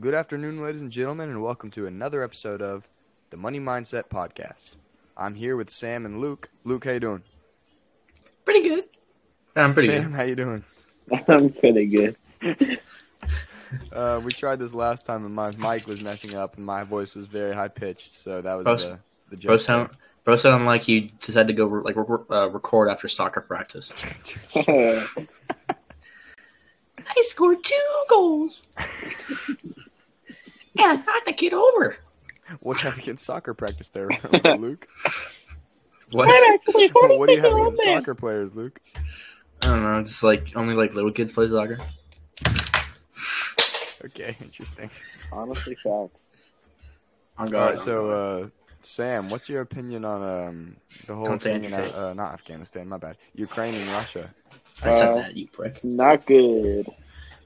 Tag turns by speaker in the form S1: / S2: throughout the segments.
S1: Good afternoon, ladies and gentlemen, and welcome to another episode of the Money Mindset Podcast. I'm here with Sam and Luke. Luke, how you doing?
S2: Pretty good.
S3: I'm pretty
S1: Sam,
S3: good.
S1: how you doing?
S4: I'm pretty good.
S1: Uh, we tried this last time, and my mic was messing up, and my voice was very high pitched, so that was
S3: Bro-
S1: the the joke.
S3: Bro sound, bro sound like you decided to go re- like re- uh, record after soccer practice.
S2: I scored two goals.
S3: yeah, I have to get over.
S1: What's happening in soccer practice there, Luke?
S3: What?
S4: actually
S1: what do you have against soccer players, Luke?
S3: I don't know. Just like only like little kids play soccer.
S1: Okay, interesting.
S4: Honestly, facts.
S3: Oh
S1: All right, so uh, Sam, what's your opinion on um, the whole
S3: Don't say
S1: thing in
S3: anything.
S1: uh, not Afghanistan? My bad. Ukraine and Russia.
S3: I said
S4: uh,
S3: that you prick.
S4: Not good.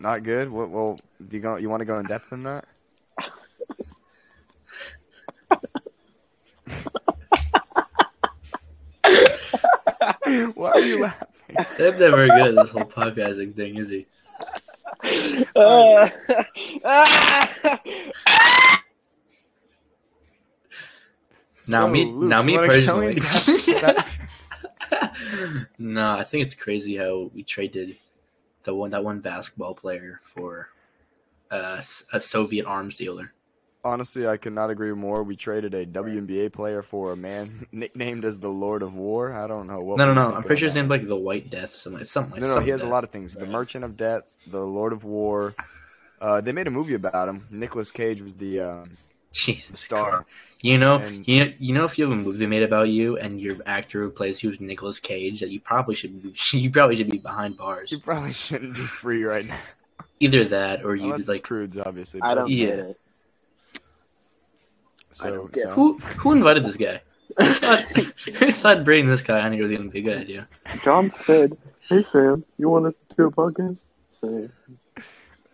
S1: Not good. Well, well do you go, you want to go in depth in that? Why are you laughing?
S3: Sam's not very good at this whole podcasting thing, is he?
S4: Uh,
S3: Now me, now me
S1: you wanna go in
S3: personally.
S1: depth with that?
S3: no, I think it's crazy how we traded the one that one basketball player for uh, s- a Soviet arms dealer.
S1: Honestly, I could not agree more. We traded a WNBA player for a man nicknamed as the Lord of War. I don't know what.
S3: no,
S1: we
S3: no, no.
S1: think
S3: I'm pretty sure
S1: about
S3: his
S1: that.
S3: name's like the White Death. Something, it's something like
S1: No, no,
S3: something
S1: he has a
S3: Death.
S1: lot of things. The
S3: Right.
S1: Merchant of Death, The Lord of War. Uh, they made a movie about him. Nicolas Cage was the um, the
S3: Jesus
S1: star.
S3: You know,
S1: And-
S3: you know, you know, if you have a movie made about you and your actor who plays you is Nicolas Cage, that you probably should be, you probably should be behind bars.
S1: You probably shouldn't be free right now.
S3: Either that, or you
S1: Unless
S3: like
S1: it's Crudes, obviously.
S4: I
S1: but-
S4: don't get
S3: Yeah.
S4: it. I
S1: So,
S4: don't get
S1: so-
S3: who who invited this guy? Who thought, who thought bringing this guy on here was going to be a good idea?
S4: John said, "Hey Sam, you want us to do a podcast?" So,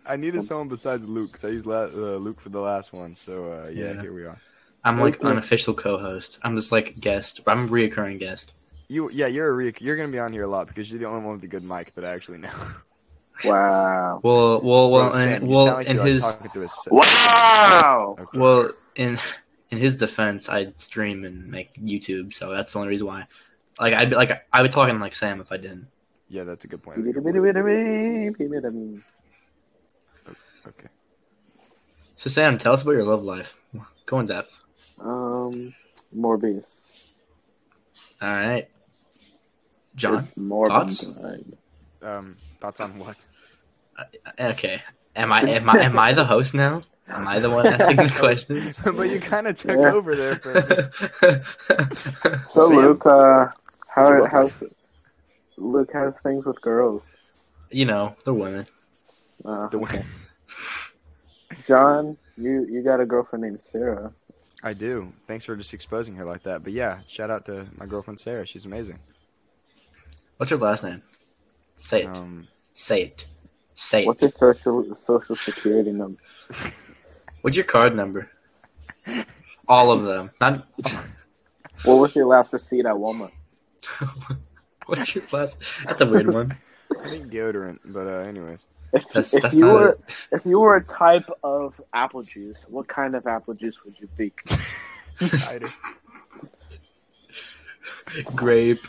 S1: I needed someone besides Luke because I used la- uh, Luke for the last one. So uh, yeah,
S3: Yeah.
S1: here we are.
S3: I'm like
S4: Okay.
S3: unofficial co-host. I'm just like guest. I'm a reoccurring guest.
S1: You yeah, you're a re- you're gonna be on here a lot because you're the only one with a good mic that I actually know.
S4: wow,
S3: Well, well, well,
S1: Sam,
S3: and
S1: you
S3: well,
S1: sound like
S3: in
S1: you're, like,
S3: his
S1: talking to a s-
S4: wow.
S1: Okay.
S3: well, in in his defense, I stream and make YouTube, so that's the only reason why. Like I'd be like I would talk in like Sam if I didn't.
S1: yeah, that's a good point.
S4: Well,
S1: Okay.
S3: So Sam, tell us about your love life. Go in depth.
S4: um, Morbius.
S3: All right, John.
S4: It's Morbin
S3: thoughts?
S4: time.
S1: Um, thoughts on what?
S3: Eh, Okay. Am I am I am I the host now? Am I the one asking the questions?
S1: but you kind of took
S4: Yeah.
S1: over there. For a minute.
S3: I
S4: So
S1: Sam,
S4: Luke, uh,
S1: what's your
S4: how
S1: love
S4: how's Luke how's things with girls?
S3: you know, they're women.
S4: Uh,
S1: The way-
S4: John, you you got a girlfriend named Sarah.
S1: I do. Thanks for just exposing her like that. But yeah, shout out to my girlfriend Sarah. She's amazing.
S3: What's your last name? Say it.
S1: Um,
S3: Say it. Say
S4: What's
S3: it.
S4: your social social security number?
S3: What's your card number? All of them. Not.
S4: What was your last receipt at Walmart?
S3: What's your last? That's a weird one.
S1: I think deodorant. But uh, anyways,
S4: If,
S3: That's
S4: if
S3: that's
S4: you
S3: not.
S4: were
S3: A,
S4: if you were a type of apple juice, what kind of apple juice would you be?
S1: cider.
S3: grape.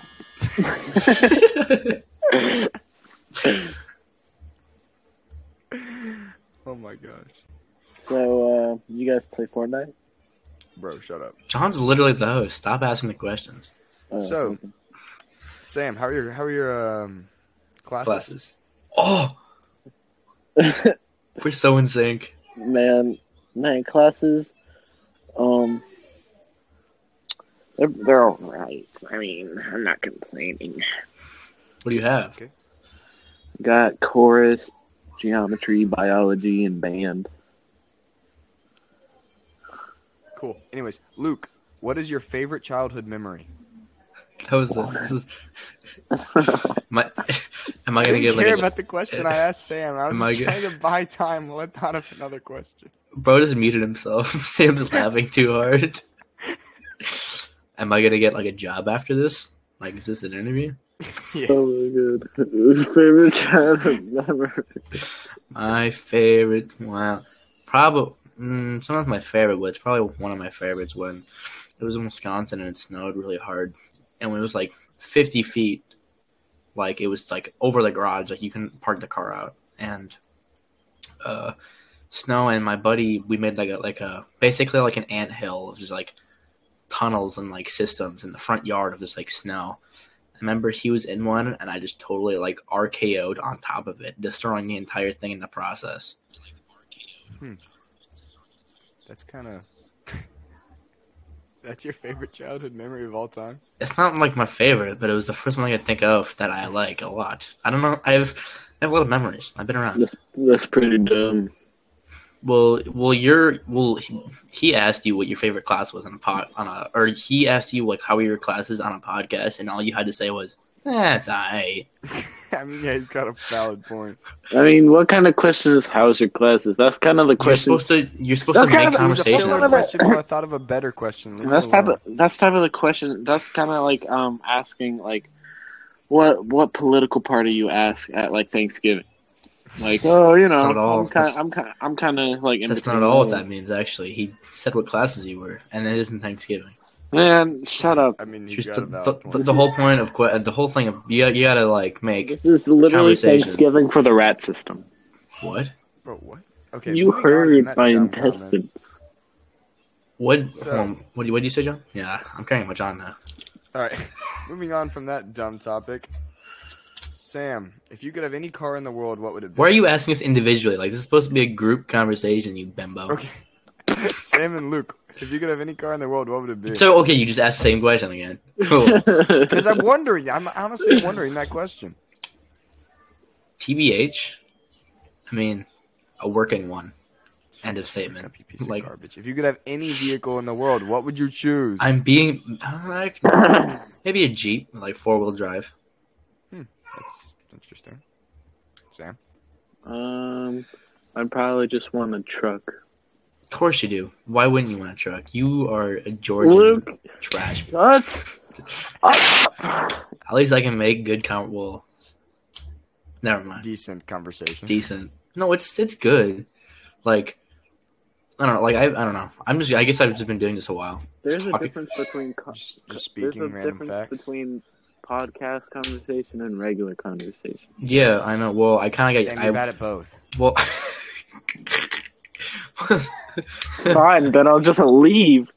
S1: oh my gosh,
S4: So uh, you guys play Fortnite?
S1: bro, shut up.
S3: John's literally the host. Stop asking the questions.
S4: Uh,
S1: So- Sam, how are your how are your um, classes?
S3: Classes. Oh, we're so in sync.
S4: man, man, classes, um, they're they're all right. I mean, I'm not complaining.
S3: What do you have?
S4: Got chorus, geometry, biology, and band.
S1: Cool. Anyways, Luke, what is your favorite childhood memory?
S3: That was the, this is, my. Am I
S1: I
S3: gonna
S1: didn't
S3: get
S1: care
S3: like a,
S1: about the question I asked Sam. I was
S3: Am I
S1: just
S3: good?
S1: trying to buy time. Let thought of another question.
S3: bro? Just muted himself. Sam's laughing too hard. Am I gonna get like a job after this? Like, is this an interview?
S1: Yeah.
S4: Oh my god, favorite childhood memory.
S3: My favorite. Wow. Probably mm, some of my favorite, but it's probably one of my favorites when it was in Wisconsin and it snowed really hard, and when it was like 50 feet, like it was like over the garage, like you can park the car out, and uh, snow. And my buddy, we made like a like a basically like an ant hill of just like tunnels and like systems in the front yard of this like snow. I remember he was in one, and I just totally like RKO'd on top of it, destroying the entire thing in the process.
S1: That's kind of. That's your favorite childhood memory of all time.
S3: It's not like my favorite, but it was the first one I could think of that I like a lot. I don't know. I've I have a lot of memories. I've been around.
S4: That's, that's pretty dumb.
S3: Well, well, your well, he- he asked you what your favorite class was on a pod on a, or he asked you like how were your classes on a podcast, and all you had to say was "Eh, that's I.
S1: I mean, yeah, he's got a valid point.
S4: I mean, what kind of question is how's your classes? That's kind of the
S3: You're
S4: question.
S3: supposed to you're supposed
S4: That's
S3: to
S4: kind
S3: make
S4: of- it was a
S3: conversation.
S4: filler
S1: Filler
S3: with us.
S1: question, so I thought of a better question. Leave
S4: That's
S1: it
S4: type
S1: alone.
S4: of that's type of the question. That's kind of like um asking like, what what political party you ask at like Thanksgiving? Like, oh, you know,
S3: That's not all.
S4: I'm kind of I'm kind I'm kind of like in
S3: That's not
S4: between.
S3: at all what that means. Actually, he said what classes you were, and it isn't Thanksgiving.
S4: Man, shut up.
S1: I mean, he's
S3: Just
S1: got
S3: the,
S1: a valid
S3: the,
S1: point.
S3: the whole point of que- the whole thing of you, you gotta like make
S4: This is literally
S3: Conversation.
S4: Thanksgiving for the rat system.
S3: what
S1: Bro, what? Okay,
S4: you
S1: moving on from
S4: heard
S1: that
S4: my
S1: dumb comment.
S4: intestines.
S3: what
S1: So-
S3: um, what do you, what do you say, John? Yeah, I'm carrying my John now.
S1: All right, moving on from that dumb topic. Sam, if you could have any car in the world, what would it be?
S3: Why are you asking us individually? Like this is supposed to be a group conversation, you bimbo.
S1: Okay. Sam and Luke, if you could have any car in the world, what would it be?
S3: So okay, you just asked the same question again. Cool.
S1: Because I'm wondering. I'm honestly wondering that question.
S3: TBH, I mean, a working one. End of statement.
S1: Crap, you piece of
S3: Like-
S1: garbage. If you could have any vehicle in the world, what would you choose?
S3: I'm being uh, maybe a Jeep, like four wheel drive.
S1: That's interesting. Sam,
S4: um, I'd probably just want a truck.
S3: Of course you do. Why wouldn't you want a truck? You are a Georgian
S4: Luke,
S3: trash.
S4: what?
S3: At least I can make good count. Well, never mind.
S1: decent conversation.
S3: Decent. No, it's it's good. Like I don't know. Like I I don't know. I'm just. I guess I've just been doing this a while.
S4: There's a
S3: Talking-
S4: difference between co-
S1: just, just speaking
S4: There's a
S1: random
S4: difference
S1: facts.
S4: between podcast conversation and regular conversation.
S3: Yeah, I know. Well, I kind of
S1: Sam,
S3: got.
S1: you're
S3: I,
S1: bad at both.
S3: Well,
S4: Fine, then I'll just leave.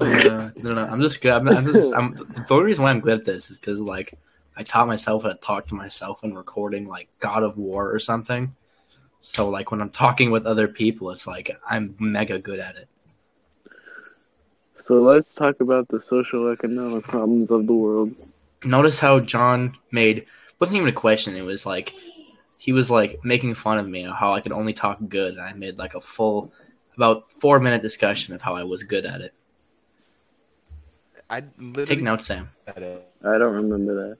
S3: no, no, no, I'm just good. I'm, I'm just. I'm, the only reason why I'm good at this is because like I taught myself how to talk to myself when recording like God of War or something. So like when I'm talking with other people, it's like I'm mega good at it.
S4: So let's talk about the social economic problems of the world.
S3: Notice how John made wasn't even a question. It was like he was like making fun of me of how I could only talk good, and I made like a full about four minute discussion of how I was good at it.
S1: I
S3: Take
S1: literally
S3: notes, Sam.
S1: at it.
S4: I don't remember that.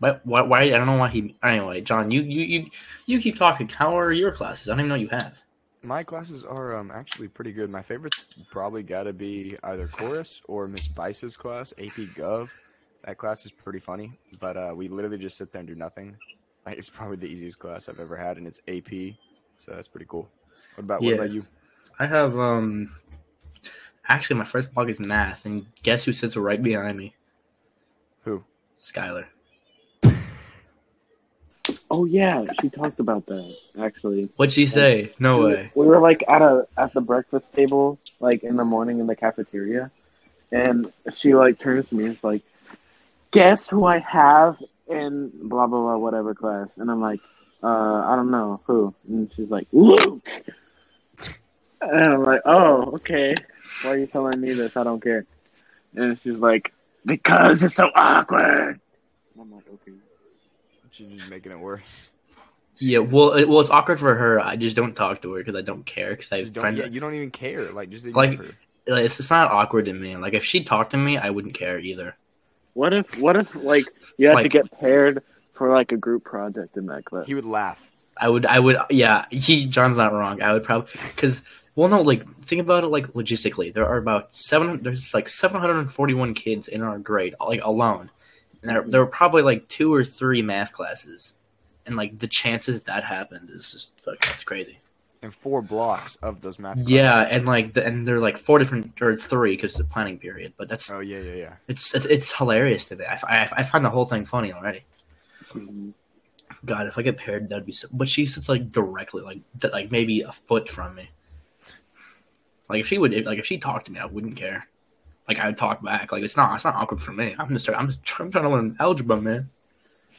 S3: But why, why? I don't know why he. Anyway, John, you you you you keep talking. How are your classes? I don't even know you have.
S1: My classes are um, actually pretty good. My favorites probably got to be either chorus or Miss Bice's class, AP Gov. That class is pretty funny, but uh, we literally just sit there and do nothing. Like, it's probably the easiest class I've ever had, and it's AP, so that's pretty cool. What about
S3: Yeah.
S1: what about you?
S3: I have um. Actually, my first block is math, and guess who sits right behind me?
S1: Who?
S3: Skylar.
S4: Oh yeah, she talked about that actually.
S3: What'd she say? No
S4: We-
S3: way.
S4: We were like at a at the breakfast table, like in the morning in the cafeteria, and she like turns to me and is like, "Guess who I have in blah blah blah whatever class?" And I'm like, "Uh, I don't know who." And she's like, "Luke." And I'm like, "Oh, okay. Why are you telling me this? I don't care." And she's like, "Because it's so awkward." And I'm like, "Okay."
S1: She's just making it worse.
S3: Yeah. Well, it, well, it's awkward for her. I just don't talk to her because I don't care. Because I
S1: You
S3: have
S1: don't,
S3: friends.
S1: yeah, you don't even care. Like just ignore
S3: Like-
S1: her.
S3: like, it's, it's not awkward to me. Like if she talked to me, I wouldn't care either.
S4: What if what if like you had to
S3: Like-
S4: get paired for like a group project in that class?
S1: He would laugh.
S3: I would, I would, yeah. He John's not wrong. I would probably because well, no, like think about it, like logistically, there are about seven. There's like seven hundred and forty-one kids in our grade, like alone, and there, there were probably like two or three math classes, and and like the chances that happened is just like it's crazy.
S1: in four blocks of those math. classes.
S3: Yeah, and like the, and they're like four different or three because the planning period. But that's
S1: Oh yeah, yeah, yeah.
S3: it's it's, it's hilarious to me. I, I, I find the whole thing funny already. God, if I get paired, that'd be. So, but she sits like directly, like th- like maybe a foot from me. Like if she would, like if she talked to me, I wouldn't care. Like I would talk back. Like it's not, it's not awkward for me. I'm just, I'm just, I'm trying to learn algebra, man.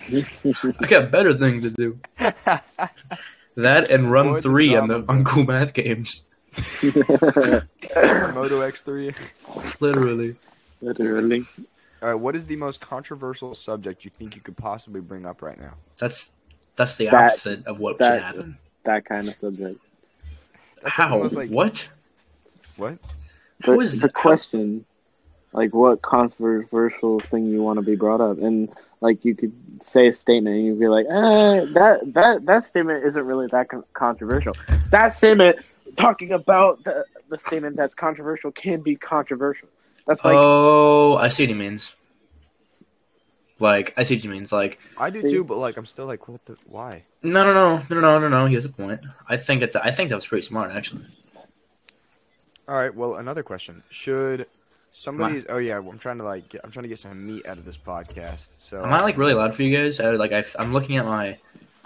S3: I got better things to do. That and run
S1: What
S3: three on the
S1: drama.
S3: on cool math games,
S1: Moto X three.
S3: literally.
S4: Literally.
S1: All right, what is the most controversial subject you think you could possibly bring up right now?
S3: That's that's the
S4: That-
S3: opposite of what
S4: that-
S3: should happen.
S4: That kind of subject.
S1: That's like the
S3: How?
S1: most, like-
S3: what?
S1: What?
S3: How
S4: But
S3: is
S4: the
S3: that- how-
S4: question, like, what controversial thing you want to be brought up, and like you could say a statement, and you'd be like, eh, that that that statement isn't really that con- controversial. That statement talking about the the statement that's controversial can be controversial. That's like
S3: oh, I see what he means. Like I see what he means. Like
S1: I do too, but like I'm still like, what the? Why?
S3: no, no, no, no, no, no, no. He has a point. I think it's. I think that was pretty smart actually.
S1: All right. Well, another question: Should somebody's? Oh yeah, I'm trying to like, get, I'm trying to get some meat out of this podcast. So
S3: Am I like really loud for you guys? I, like I, I'm looking at my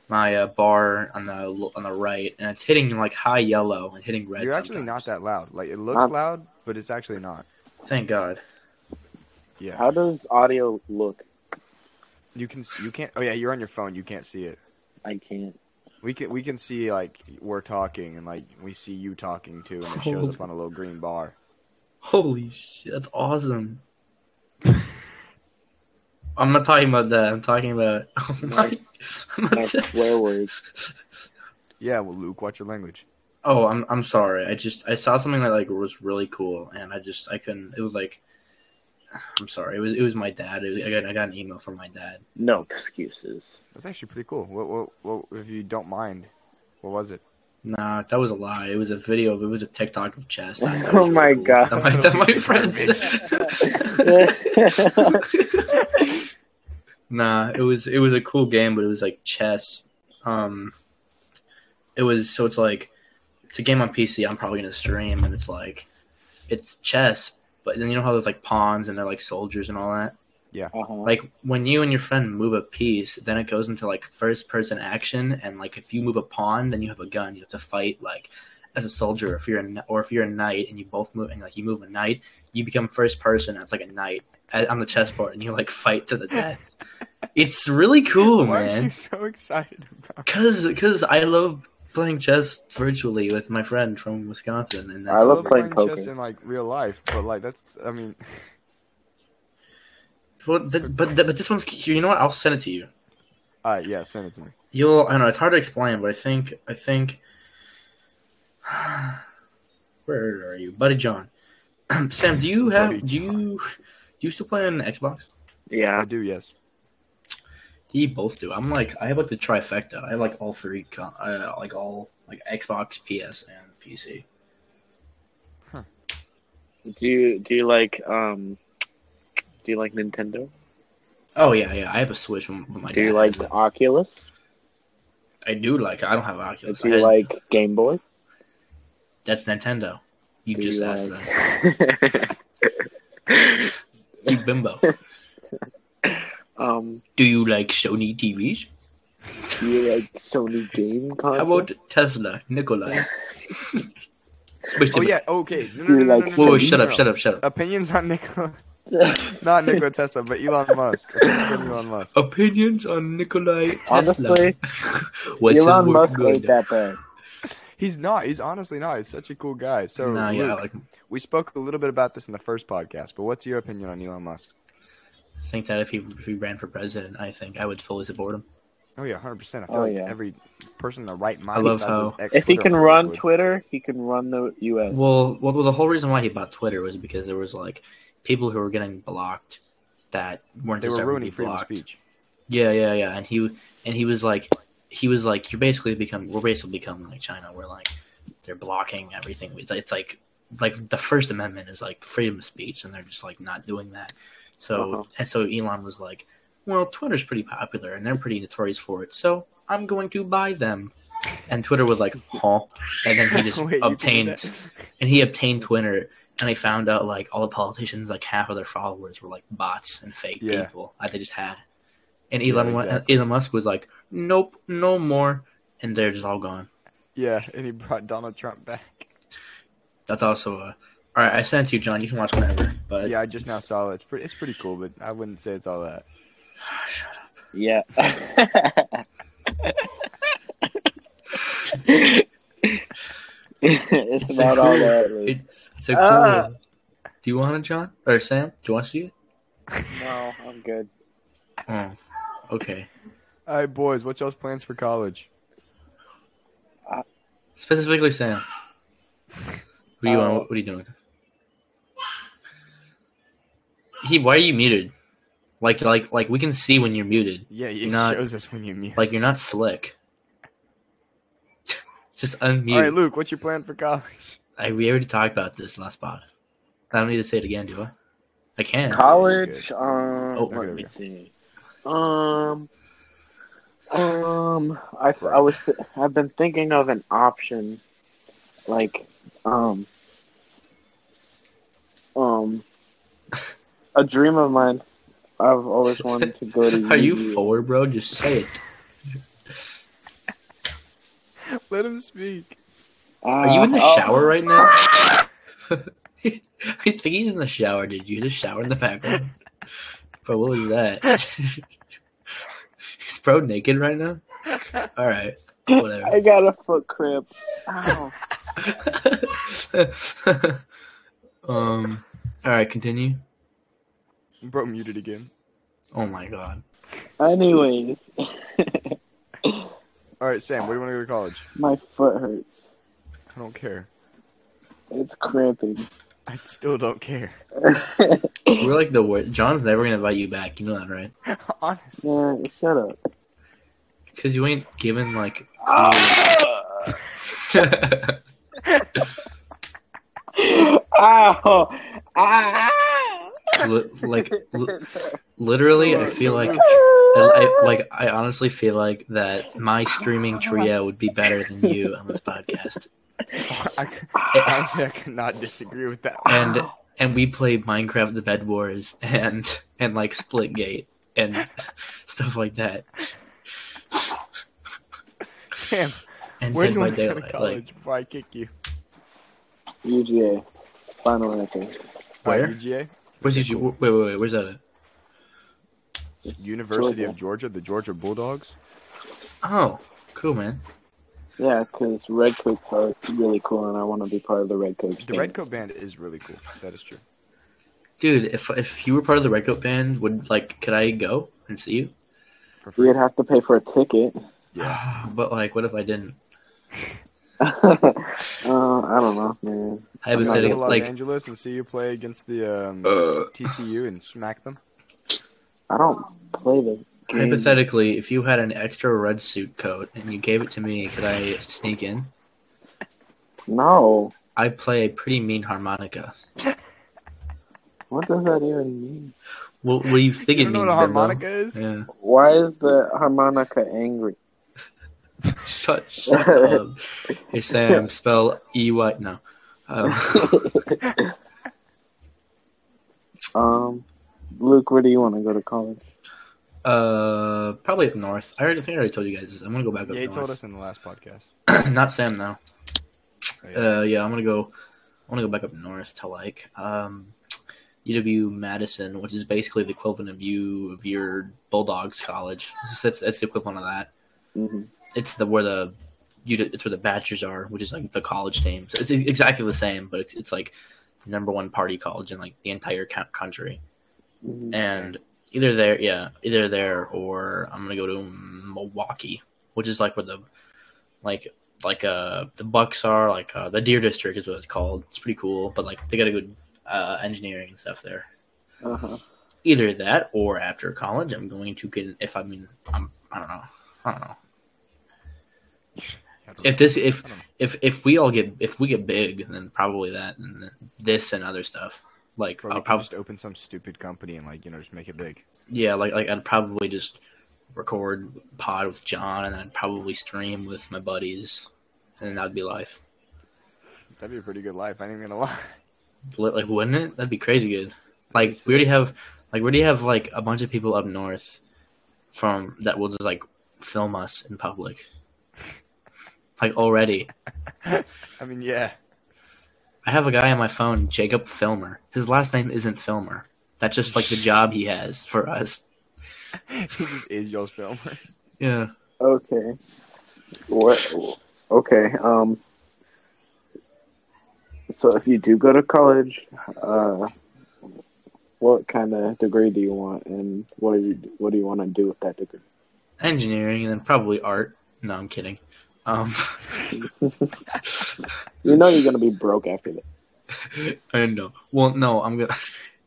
S3: my uh, bar on the l- on the right, and it's hitting like high yellow and hitting red.
S1: you're actually not that
S3: sometimes.
S1: loud. Like it looks
S4: Um,
S1: loud, but it's actually not.
S3: Thank God.
S1: Yeah.
S4: how does audio look?
S1: You can. s- You can't. Oh yeah, you're on your phone. You can't see it.
S4: I can't.
S1: We can. We can see like we're talking and like we see you talking too, and it
S3: Holy-
S1: shows up on a little green bar.
S3: Holy shit, that's awesome. I'm not talking about that. I'm talking about. Oh my,
S4: Nice.
S3: I'm not
S4: Nice
S3: ta-
S4: swear words.
S1: Yeah. Well, Luke, watch your language.
S3: Oh, I'm I'm sorry. I just I saw something that like was really cool, and I just I couldn't. It was like, I'm sorry. It was it was my dad. It was, I got I got an email from my dad.
S4: No excuses.
S1: That's actually pretty cool. What? What? what if you don't mind, what was it?
S3: Nah, that was a lie. It was a video. of It was a TikTok of Chaz. That was
S4: Oh
S3: really
S4: my
S3: cool.
S4: God.
S3: That my, that my friend said. nah, it was it was a cool game, but it was like chess. Um, it was so it's like it's a game on PC. I'm probably gonna stream, and it's like it's chess, but then you know how there's like pawns and they're like soldiers and all that.
S4: Uh-huh.
S3: Like when you and your friend move a piece, then it goes into like first person action, and like if you move a pawn, then you have a gun. You have to fight like as a soldier, or if you're a, kn- or if you're a knight, and you both move, and like you move a knight, you become first person. It's like a knight a- on the chessboard, and you like fight to the death. it's really cool,
S1: Why are you
S3: man.
S1: so excited about?
S3: Cause cause I love playing chess virtually with my friend from Wisconsin, and that's
S4: I
S1: I
S4: love
S1: love
S4: playing
S1: playing chess
S4: poker.
S1: in like real life, but like that's. I mean,
S3: well, th- but but this one's you know what? I'll send it to you.
S1: all right. Yeah, send it to me.
S3: you'll I don't know it's hard to explain, but I think I think where are you, buddy John? Sam, do you have
S1: Buddy
S3: do you do you still play on Xbox?
S4: yeah.
S1: I do. Yes.
S3: You both do. I'm like I have like the trifecta. I have like all three, con- uh, like all like Xbox, PS, and PC.
S4: Do you do you like um do you like Nintendo?
S3: Oh yeah, yeah. I have a Switch from from my
S4: Do you
S3: dad.
S4: like the Oculus?
S3: I do like. it. I don't have Oculus.
S4: Do you
S3: I-
S4: like Game Boy?
S3: That's Nintendo. You
S4: Do
S3: just asked that.
S4: like...
S3: You bimbo.
S4: um
S3: do you like Sony TVs?
S4: do you like Sony game
S3: How
S4: console?
S3: about Tesla, Nikolai? Switch
S1: Oh
S3: to-
S1: yeah. Okay. No, no,
S4: You
S1: no, no,
S4: like
S1: no, no,
S3: Whoa,
S1: no,
S3: whoa, shut
S1: no,
S3: up,
S1: no.
S3: shut up, shut up.
S1: Opinions on Nikola, not Nikola Tesla, but Elon Musk. Opinions on Elon
S3: Oh.
S1: Musk.
S3: Opinions on Nikolai Tesla.
S4: Honestly,
S3: What's his
S4: Elon
S3: work
S4: Musk
S3: good?
S4: ain't that bad.
S1: He's not. He's honestly not. He's such a cool guy. So
S3: Nah,
S1: Luke,
S3: yeah, like, I
S1: we spoke a little bit about this in the first podcast, but what's your opinion on Elon Musk?
S3: think that if he, if he ran for president, I think I would fully support him.
S1: Oh yeah, hundred percent. I feel
S4: Oh,
S1: like
S4: yeah.
S1: every person in the right mind.
S3: love
S1: besides those
S3: how-
S1: ex-
S4: If he
S1: Twitter
S4: can
S1: models
S4: run
S1: would.
S4: Twitter, he can run the US.
S3: Well, well, the whole reason why he bought Twitter was because there was like people who were getting blocked that weren't
S1: they were
S3: deserving to
S1: ruining
S3: be
S1: freedom of
S3: blocked.
S1: speech.
S3: Yeah, yeah, yeah. And he and he was like, he was like, you're basically become, we're basically becoming like China. We're like, they're blocking everything. It's, it's like, like the First Amendment is like freedom of speech, and they're just like not doing that. So
S4: Uh-huh.
S3: and so Elon was like, well, Twitter's pretty popular, and they're pretty notorious for it. So I'm going to buy them. And Twitter was like, huh? And then he just
S1: Wait, you can do
S3: obtained
S1: that?
S3: and he obtained Twitter, and he found out like all the politicians, like half of their followers were like bots and fake
S1: Yeah.
S3: people that they just had. And
S1: Yeah,
S3: Elon, Mu-
S1: exactly.
S3: Elon Musk was like, "Nope, no more," and they're just all gone.
S1: Yeah, and he brought Donald Trump back.
S3: That's also a. All right, I sent it to you, John. You can watch whenever. But
S1: Yeah, I just now saw it. It's pretty. It's pretty cool, but I wouldn't say it's all that.
S4: Yeah. it's
S3: It's
S4: about
S3: a
S4: all
S3: cool-
S4: that. Luke.
S3: It's it's a cool.
S4: Ah.
S3: do you want it, John or Sam? Do you want to see it?
S4: No, I'm good.
S3: Oh, okay.
S1: All right, boys, what's y'all's plans for college?
S3: Specifically, Sam. What are you
S4: Uh,
S1: Oh.
S3: on? What are you doing? He, why are you muted? Like, like, like we can see when you're muted.
S1: Yeah, it
S3: You're not-
S1: shows us when you mute.
S3: Like you're not slick. Just
S1: all right,
S3: unmute.
S1: Luke, what's your plan for college?
S3: I, we already talked about this last pod. I don't need to say it again, do I? I can.
S4: College. Um,
S3: Oh,
S1: okay,
S4: let me see. Um, um, I, I
S1: Right.
S4: was th- I've been thinking of an option, like um, um, a dream of mine. I've always wanted to go to.
S3: Are you
S4: UVA.
S3: four, bro? Just say it.
S1: Let him speak.
S3: Are you in the
S4: Uh, oh,
S3: shower right now? I think he's in the shower. Did you just shower in the background? Bro, what was that? Is bro naked right now? All right, whatever.
S4: I got a foot cramp. Ow.
S3: um, all right, continue.
S1: Bro, muted again.
S3: Oh my god.
S4: Anyways,
S1: All right, Sam, where do you want to go to college?
S4: my foot hurts.
S1: I don't care.
S4: It's cramping.
S1: I still don't care.
S3: We're like the worst. John's never gonna invite you back. You know that, right?
S1: Honest.
S4: yeah, shut up.
S3: Because you ain't given like.
S4: Ow! Ow!
S3: li- like li- literally, I
S1: So-
S3: feel
S1: so
S3: like
S1: rude.
S3: And I like I honestly feel like that my streaming trio would be better than you on this podcast.
S1: I, c- honestly, I cannot disagree with that. one.
S3: And and we play Minecraft the Bed Wars and and like Splitgate and stuff like that.
S1: Sam,
S3: And
S1: where do
S3: Dead
S1: you
S3: by
S1: want to go to
S3: Daylight. Like
S1: college before I kick you?
S4: UGA. E Final answer.
S3: Where?
S1: Uh, UGA?
S3: where's you wait, wait wait where's that at?
S1: University of Georgia, the Georgia Bulldogs.
S3: Oh, cool man.
S4: Yeah, because Redcoats are really cool, and I want to be part of the Redcoats.
S1: The Red Coat Band is really cool. That is true.
S3: Dude, if if you were part of the Red Coat band, would like could I go and see you?
S1: For free.
S4: You'd have to pay for a ticket.
S1: Yeah.
S3: But like what if I didn't?
S4: uh, I don't know, man.
S1: I'm
S4: was
S1: not
S3: Hypothetically
S1: going to Los
S3: like
S1: Angeles and see you play against the um, TCU and smack them.
S4: I don't play the game.
S3: Hypothetically, if you had an extra red suit coat and you gave it to me, could I sneak in?
S4: No.
S3: I play a pretty mean harmonica.
S4: What does that even mean?
S3: What, what do you think
S1: You
S3: it
S1: don't know
S3: means?
S1: what a
S3: Bimbo?
S1: harmonica is?
S3: Yeah.
S4: Why is the harmonica angry?
S3: Shut, shut up. Hey Sam, spell E Y. No. Um,
S4: um, Luke, where do you want to go to college?
S3: uh, probably up north. I already I think I already told you guys this. I'm gonna go back up
S1: Yeah, he told us
S3: north.
S1: in the last podcast.
S3: Not Sam though.
S1: Oh, yeah.
S3: Uh, yeah, I'm gonna go. I want to go back up north to like um, UW Madison, which is basically the equivalent of you of your Bulldogs College. It's, it's, it's the equivalent of that.
S4: Mm-hmm.
S3: It's the where the you it's where the Badgers are, which is like the college team. So it's exactly the same, but it's, it's like the number one party college in like the entire co- country.
S4: Mm-hmm.
S3: And either there, yeah, either there or I'm gonna go to Milwaukee, which is like where the like like uh the Bucks are, like uh, the Deer District is what it's called. It's pretty cool, but like they got a good uh, engineering and stuff there.
S4: Uh-huh.
S3: Either that or after college, I'm going to get if I mean I'm I don't know I don't know
S1: I don't
S3: if
S1: know.
S3: this if
S1: I don't know.
S3: if if we all get if we get big, then probably that and then this and other stuff. Like
S1: Bro, we
S3: I'll
S1: could
S3: probably
S1: just open some stupid company and like you know just make it big.
S3: yeah, like like I'd probably just record pod with John, and then I'd probably stream with my buddies, and that'd be life.
S1: That'd be a pretty good life. I ain't even gonna lie.
S3: Lit- Like, wouldn't it? That'd be crazy good. Like, we already have, like, we already have like a bunch of people up north from that will just like film us in public. Like already,
S1: I mean, yeah.
S3: I have a guy on my phone, Jacob Filmer. His last name isn't Filmer. That's just like the job he has for us.
S1: It just is y'all's film.
S3: Yeah.
S4: Okay. What? Okay. Um. So if you do go to college, uh, what kind of degree do you want, and what do you what do you want to do with that degree?
S3: Engineering and then probably art. No, I'm kidding. Um,
S4: You know you're gonna be broke after that.
S3: and no, well, no, I'm gonna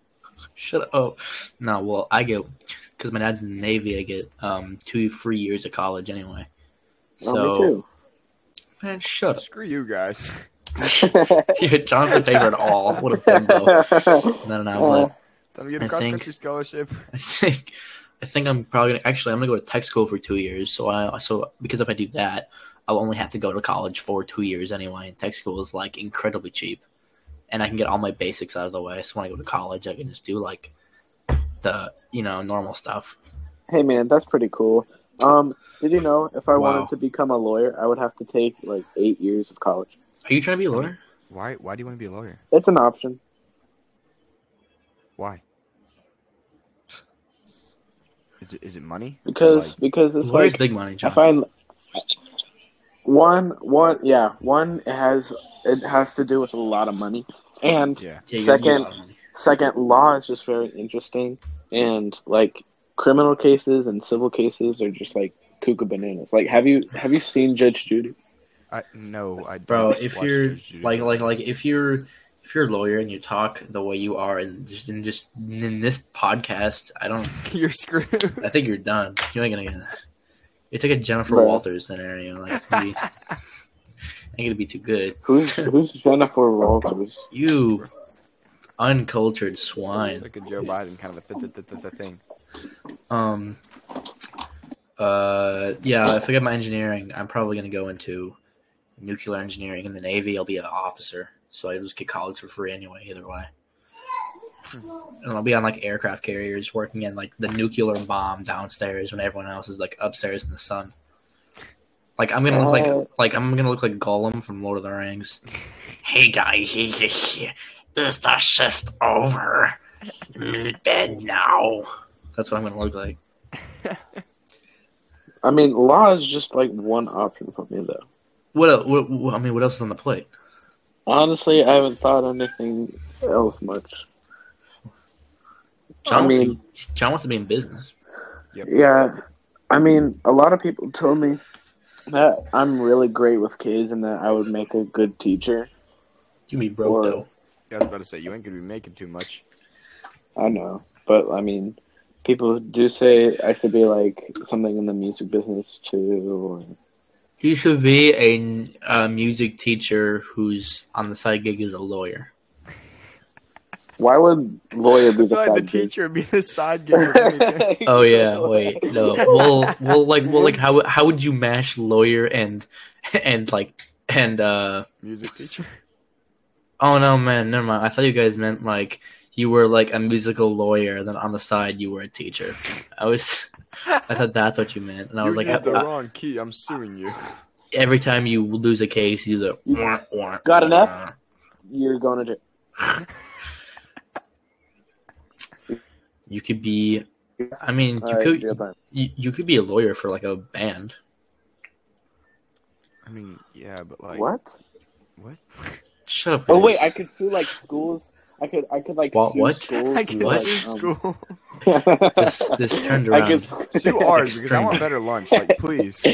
S3: shut up. No, well, I get because my dad's in the Navy. I get um two free years of college anyway. So
S4: Oh,
S3: man, shut up.
S1: Screw you guys.
S3: Yeah, John's the favorite at all. What a bimbo.
S4: me too.
S3: And then I
S4: Uh,
S3: was like,
S1: Time to get
S3: I
S1: a cross country
S3: think-
S1: scholarship.
S3: I think, I think I'm probably gonna, actually I'm gonna go to tech school for two years. So I so because if I do that, I'll only have to go to college for two years anyway. And tech school is like incredibly cheap, and I can get all my basics out of the way. So when I go to college, I can just do like the you know normal stuff.
S4: hey man, that's pretty cool. Um, did you know if I
S3: Wow.
S4: wanted to become a lawyer, I would have to take like eight years of college.
S3: Are you trying to be a lawyer?
S1: Why? Why do you want to be a lawyer?
S4: It's an option.
S1: Why? Is it is it money? Or,
S4: Because
S1: like,
S4: because it's
S3: Lawyer's
S4: like
S3: big money,
S4: I
S3: John.
S4: find one one yeah one it has it has to do with a lot of money and
S1: yeah,
S3: Yeah, you- you
S4: second-
S3: got money.
S4: second law is just very interesting and like criminal cases and civil cases are just like cuckoo bananas like have you have you seen Judge Judy
S1: I no, I don't
S3: bro if
S1: watch
S3: you're
S1: Judge Judy.
S3: like like like if you're if you're a lawyer and you talk the way you are and just in just in this podcast i don't
S1: you're screwed.
S3: i think you're done you ain't gonna get that it's like a jennifer
S4: Bro.
S3: walters scenario like it's gonna be ain't gonna be too good
S4: who's who's Jennifer Walters
S3: you uncultured swine
S1: It's like a Joe Biden kind of a th- th- th- th- thing.
S3: um uh yeah if i get my engineering i'm probably gonna go into nuclear engineering in the navy i'll be an officer so i just get college for free anyway either way and i'll be on like aircraft carriers working in like the nuclear bomb downstairs when everyone else is like upstairs in the sun like i'm gonna look like
S4: Oh.
S3: like i'm gonna look like gollum from lord of the rings hey guys is the shift over bed now that's what i'm gonna look like
S4: I mean law is just like one option for me though
S3: What, el- what, what- I mean, what else is on the plate?
S4: honestly I haven't thought anything else much
S3: John,
S4: I
S3: wants
S4: mean-
S3: to, John wants to be in business.
S4: Yeah, I mean, a lot of people told me that I'm really great with kids and that I would make a good teacher.
S3: You be broke
S4: Or-
S3: though.
S1: Yeah, I was about to say you ain't gonna be making too much.
S4: I know, but I mean, people do say I should be like something in the music business too. Or...
S3: You should be a, a music teacher who's on the side gig as a lawyer.
S4: Why would lawyer be the,
S1: Like the
S4: side gig?
S1: teacher would be the side gig. or anything.
S3: Oh yeah, wait, no. Well, well, like, well, like, how how would you mash lawyer and and like and uh?
S1: Music teacher.
S3: Oh no, man, never mind. I thought you guys meant like you were like a musical lawyer, then on the side you were a teacher. I was, I thought that's what you meant, and I was
S1: you
S3: like,
S1: used the
S3: I- I-
S1: wrong key. I'm suing you.
S3: every time you lose a case, you do the
S4: You
S3: "Wah, wah,
S4: got an F?
S3: wah."
S4: You're going to jail.
S3: You could be, I mean, you
S4: All right,
S3: could
S4: jail time.
S3: you, you could be a lawyer for like a band.
S1: I mean, yeah, but like
S4: What?
S1: What?
S3: Shut up.
S4: Oh wait,
S3: guys.
S4: I could sue like schools. I could, I could like
S3: What-
S4: sue
S3: what?
S4: schools.
S1: I
S4: for,
S1: can
S3: What?
S1: sue
S4: um,
S1: school.
S3: This this turned
S4: I
S3: around.
S4: could-
S1: sue ours because I want
S3: Extreme.
S1: better lunch. Like, please.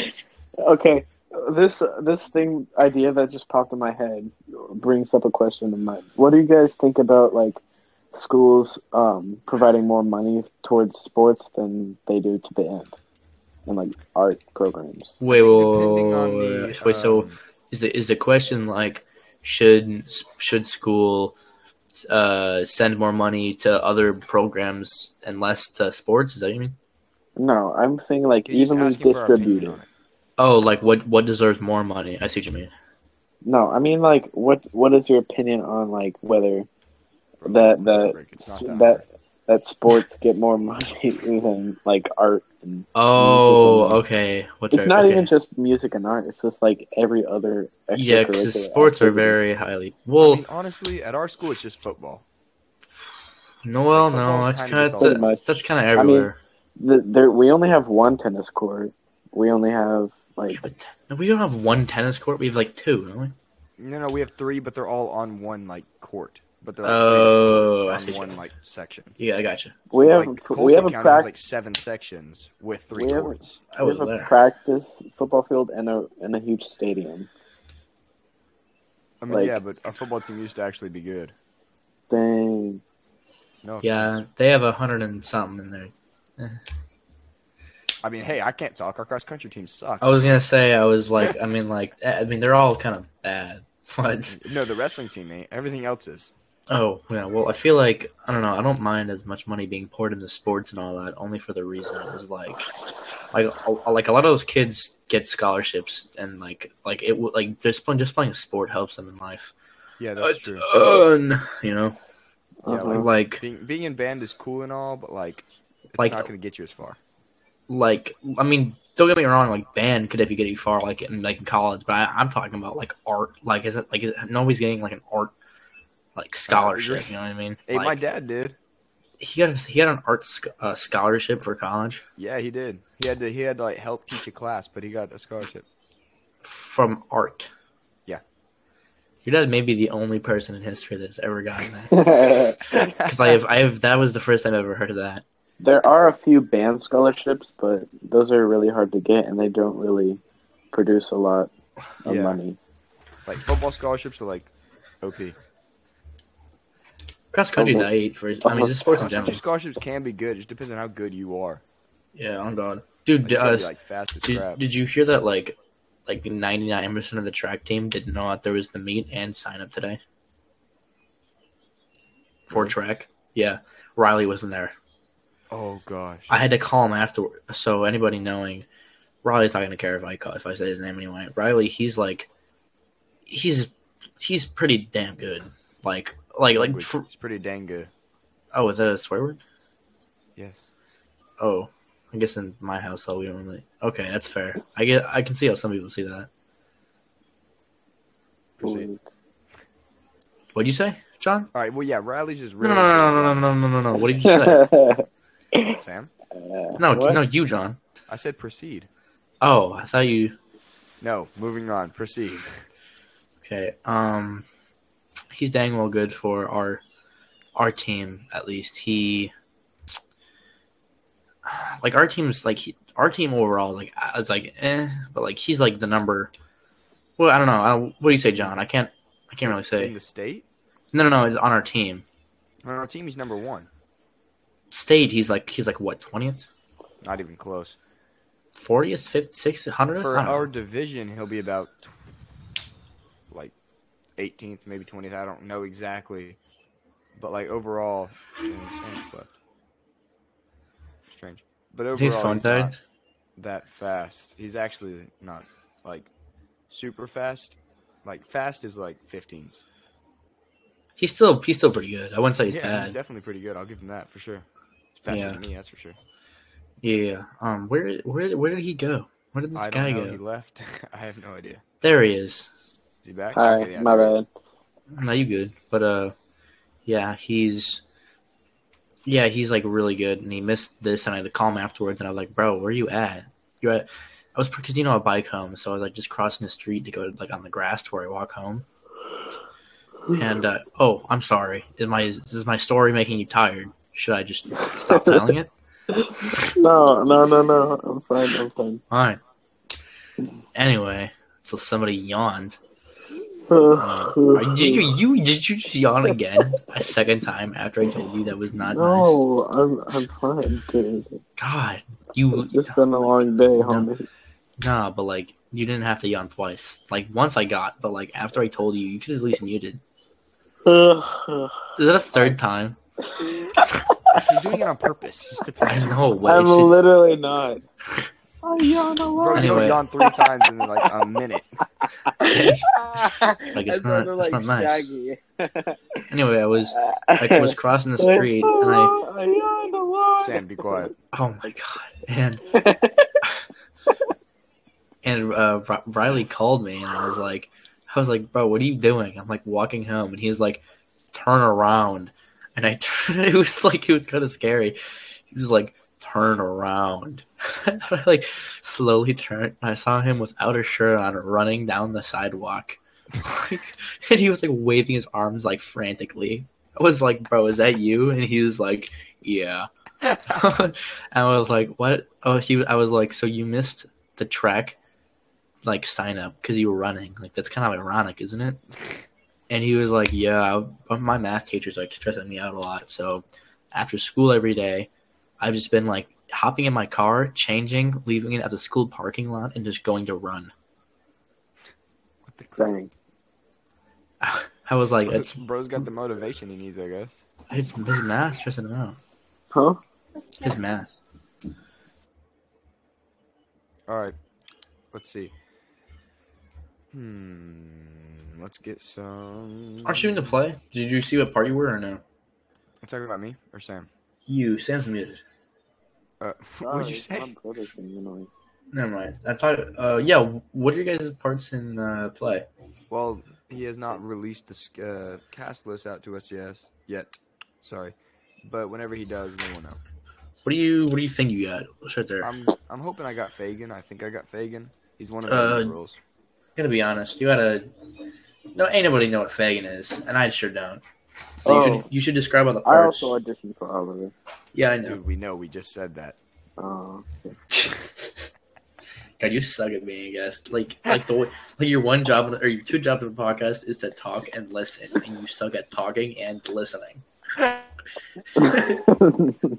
S4: Okay, this this thing idea that just popped in my head brings up a question in mind. What do you guys think about like schools um, providing more money towards sports than they do to the end, and like art programs?
S3: Wait, wait, wait,
S1: Depending on
S3: wait,
S1: the,
S3: wait, wait, so
S1: um,
S3: is the is the question like should should school uh send more money to other programs and less to sports? Is that what you mean?
S4: No, I'm saying like
S1: You're just
S4: evenly
S1: asking for our opinion
S4: distributed.
S1: on it.
S3: Oh, like what what deserves more money? I see what you mean.
S4: No, I mean like what what is your opinion on like whether
S1: Bro,
S4: That-
S1: it's
S4: that-
S1: frick, it's
S4: s-
S1: not
S4: that-
S1: hard.
S4: that sports get more money than like art and
S3: Oh, okay. What's
S4: it's
S3: our-
S4: not
S3: okay.
S4: even just music and art, it's just like every other
S3: yeah, because
S4: extracurricular
S3: sports are
S4: activity.
S3: very highly.
S1: I
S3: Well,
S1: mean, honestly, at our school, it's just football.
S3: Noel,
S1: football
S3: no, that's
S1: kinda
S3: kind
S1: gets
S3: of
S1: all
S4: that. Pretty much.
S3: that's kind of
S4: I mean,
S3: everywhere.
S4: The, there, we only have one tennis court. We only have like
S3: Yeah, but t- no, we don't have one tennis court. We have like two, don't we?
S1: No, no, we have three, but they're all on one like court. But they're like,
S3: Oh,
S1: three
S3: I
S1: different courts
S3: see what
S1: on
S3: you
S1: one
S3: mean.
S1: like section.
S3: Yeah, I got you.
S4: we have
S1: like,
S4: we
S1: Colquitt
S4: have a
S1: County
S4: prac-
S1: has like seven sections with three
S4: We have-
S1: courts.
S3: I
S4: we
S3: was
S4: have a
S3: there.
S4: practice football field and a and a huge stadium.
S1: I mean,
S4: like-
S1: yeah, but our football team used to actually be good.
S4: Dang.
S1: No,
S3: Yeah,
S1: offense.
S3: they have a hundred and something in there.
S1: I mean, hey, I can't talk. Our cross country team sucks.
S3: I was gonna say, I was like, I mean, like, eh, I mean, they're all kind of bad. But
S1: No, the wrestling team ain't. Everything else is.
S3: oh yeah, well, I feel like I don't know. I don't mind as much money being poured into sports and all that, only for the reason is like, like, a- like a lot of those kids get scholarships, and like, like it would like just playing just playing a sport helps them in life.
S1: Yeah, that's true.
S3: A ton, you know,
S1: Yeah,
S4: Uh-huh.
S1: like-
S3: like
S1: Being being in band is cool and all, but like, it's
S3: Like-
S1: not gonna get you as far.
S3: like I mean, don't get me wrong, like band could if you get you far, like in like in college, but I, I'm talking about like art. Like is it like is, nobody's getting like an art like scholarship? You know what I mean?
S1: Hey, my
S3: Like,
S1: dad did.
S3: he got he had an art sc- uh, scholarship for college
S1: Yeah, he did. He had to he had to like help teach a class, but he got a scholarship.
S3: from art.
S1: Yeah.
S3: your dad may be the only person in history that's ever gotten
S4: Uh-huh.
S3: that.
S4: there
S3: Because I have I have that was the first time I ever heard of that.
S4: are a few band scholarships, but those are really hard to get, and they don't really produce a lot of
S1: Yeah.
S4: money.
S1: Like football scholarships are like OP.
S3: Cross country's I eight for I mean just sports in
S1: Oh, Cross country
S3: general.
S1: scholarships can be good. It just depends on how good you are.
S3: Yeah, on God, dude.
S1: Like, oh, you gotta
S3: uh,
S1: be like fast as
S3: Did,
S1: crap.
S3: did you hear that? Like, like ninety nine percent of the track team did not there was the meet and sign up today for
S1: Really?
S3: track. Yeah, Riley wasn't there.
S1: Oh gosh.
S3: I had to call him afterward. So anybody knowing, Riley's not gonna care if I call, if I say his name anyway. Riley, he's like, he's he's pretty damn good. Like like like.
S1: Language.
S3: For,
S1: it's pretty dang good.
S3: oh, is that a swear word?
S1: Yes.
S3: Oh, I guess in my household we don't really. Okay, that's fair. I get I can see how some people see that.
S1: Proceed.
S3: What'd you say, John?
S1: All right. Well, yeah. Riley's just
S3: No,
S1: really
S3: no, no, no, no, no, no, no, no. What did you say?
S4: no,
S1: good. Sam.
S3: No, no, you, John.
S1: I said proceed.
S3: Oh, I thought you.
S1: No, moving on. Proceed.
S3: Okay. Um, he's dang well good for our our team at least. He like our team's like he, our team overall like I was like eh, but like he's like the number. Well, I don't know. I, what do you say, John? I can't. I can't really
S1: In
S3: say.
S1: the state,
S3: No, no, no. It's on our team.
S1: on our team, he's number one.
S3: State. He's like he's like what twentieth,
S1: Not even close.
S3: fortieth, fifth, sixth, hundredth.
S1: For our division, he'll be about tw- like 18th, maybe 20th. I don't know exactly, but like overall, Dang, Sam's left. Strange. But overall,
S3: His phone
S1: he's not-
S3: died.
S1: that fast. He's actually not like super fast. Like fast is like 15s.
S3: He's still he's still pretty good. I wouldn't say he's
S1: yeah,
S3: bad.
S1: he's definitely pretty good. I'll give him that for sure. He's faster
S3: Yeah.
S1: than me, that's for sure.
S3: Yeah. Um. Where where where did he go? Where did this
S1: I
S3: guy
S1: don't know.
S3: go?
S1: He left. I have no idea.
S3: There he is.
S1: Is he back?
S4: Hi,
S1: Okay, yeah,
S4: my
S1: there he is.
S4: bad.
S3: No, you good. But uh, yeah, he's yeah he's like really good, and he missed this, and I had to call him afterwards, and I was like, bro, where you at? You at? I was because you know I bike home, so I was like just crossing the street to go like on the grass to where I walk home. And uh, oh, I'm sorry. Is my is my story making you tired? Should I just stop telling it?
S4: No, no, no, no. I'm fine. I'm fine.
S3: All right. Anyway, so somebody yawned. Uh, did you, you did you just yawn again a second time after I told you that was not nice?
S4: no, I'm I'm fine, dude.
S3: God, you
S4: It's just uh, been a long day, homie.
S3: nah, but like you didn't have to yawn twice. Like once I got, but like after I told you, you could at least muted. Is that a third time?
S1: He's doing it on purpose just to piss you off.
S3: No way.
S4: I'm
S3: it's just-
S4: literally not. I yawn a
S1: Bro,
S4: lot.
S1: you only
S3: Anyway.
S1: gone three times in like a minute.
S4: like
S3: it's not- it's not nice.
S4: Shaggy.
S3: Anyway, I was I was crossing the street and I
S4: I yawned a lot.
S1: Sam, be quiet.
S3: oh my god and and uh, R- Riley called me and I was like I was like bro what are you doing I'm like walking home and he's like turn around and I turned it was like it was kind of scary he was like turn around And I like slowly turned and I saw him without a shirt on running down the sidewalk and he was like waving his arms like frantically I was like bro is that you and he was like yeah I was like, "What?" Oh, he. I was like, "So you missed the track, like sign up because you were running. Like that's kind of ironic, isn't it?" And he was like, "Yeah, I- uh, my math teacher's like stressing me out a lot. So after school every day, I've just been like hopping in my car, changing, leaving it at the school parking lot, and just going to run."
S1: What the crap?
S4: Dang.
S3: I was like,
S1: Bro's,
S3: "It's
S1: bro's got the motivation he needs, I guess.
S3: it's his math stressing him out.
S4: Huh?
S3: His math."
S1: All right. Let's see. Hmm. Let's get some.
S3: Aren't you in the play? Did you see what part you were or no?
S1: You talking about me or Sam?
S3: You, Sam's muted.
S1: Uh, what did
S4: Sorry,
S1: you
S4: it's
S1: say?
S4: not British and annoying.
S3: Never mind. I thought, uh, yeah, what are your guys' parts in uh, play?
S1: Well, he has not released the s- uh, cast list out to us yes yet. Sorry, but whenever he does, then we'll know.
S3: What do you What do you think you got? Let's start
S4: Um,
S3: there. I'm
S1: I'm I'm hoping I got Fagan. I think I got Fagan. He's one of
S3: Uh,
S1: the rules.
S3: gonna be honest. You gotta. No, ain't nobody know what Fagin is, and I sure don't. So you
S4: Oh.
S3: should you should describe all the
S4: I
S3: parts.
S4: also auditioned for Oliver.
S3: yeah, I know.
S1: Dude, we know. We just said that.
S4: Oh, okay.
S3: God, you suck at being a guest. Like like the way- like your one job or your two jobs in the podcast is to talk and listen, and you suck at talking and listening.
S4: Uh,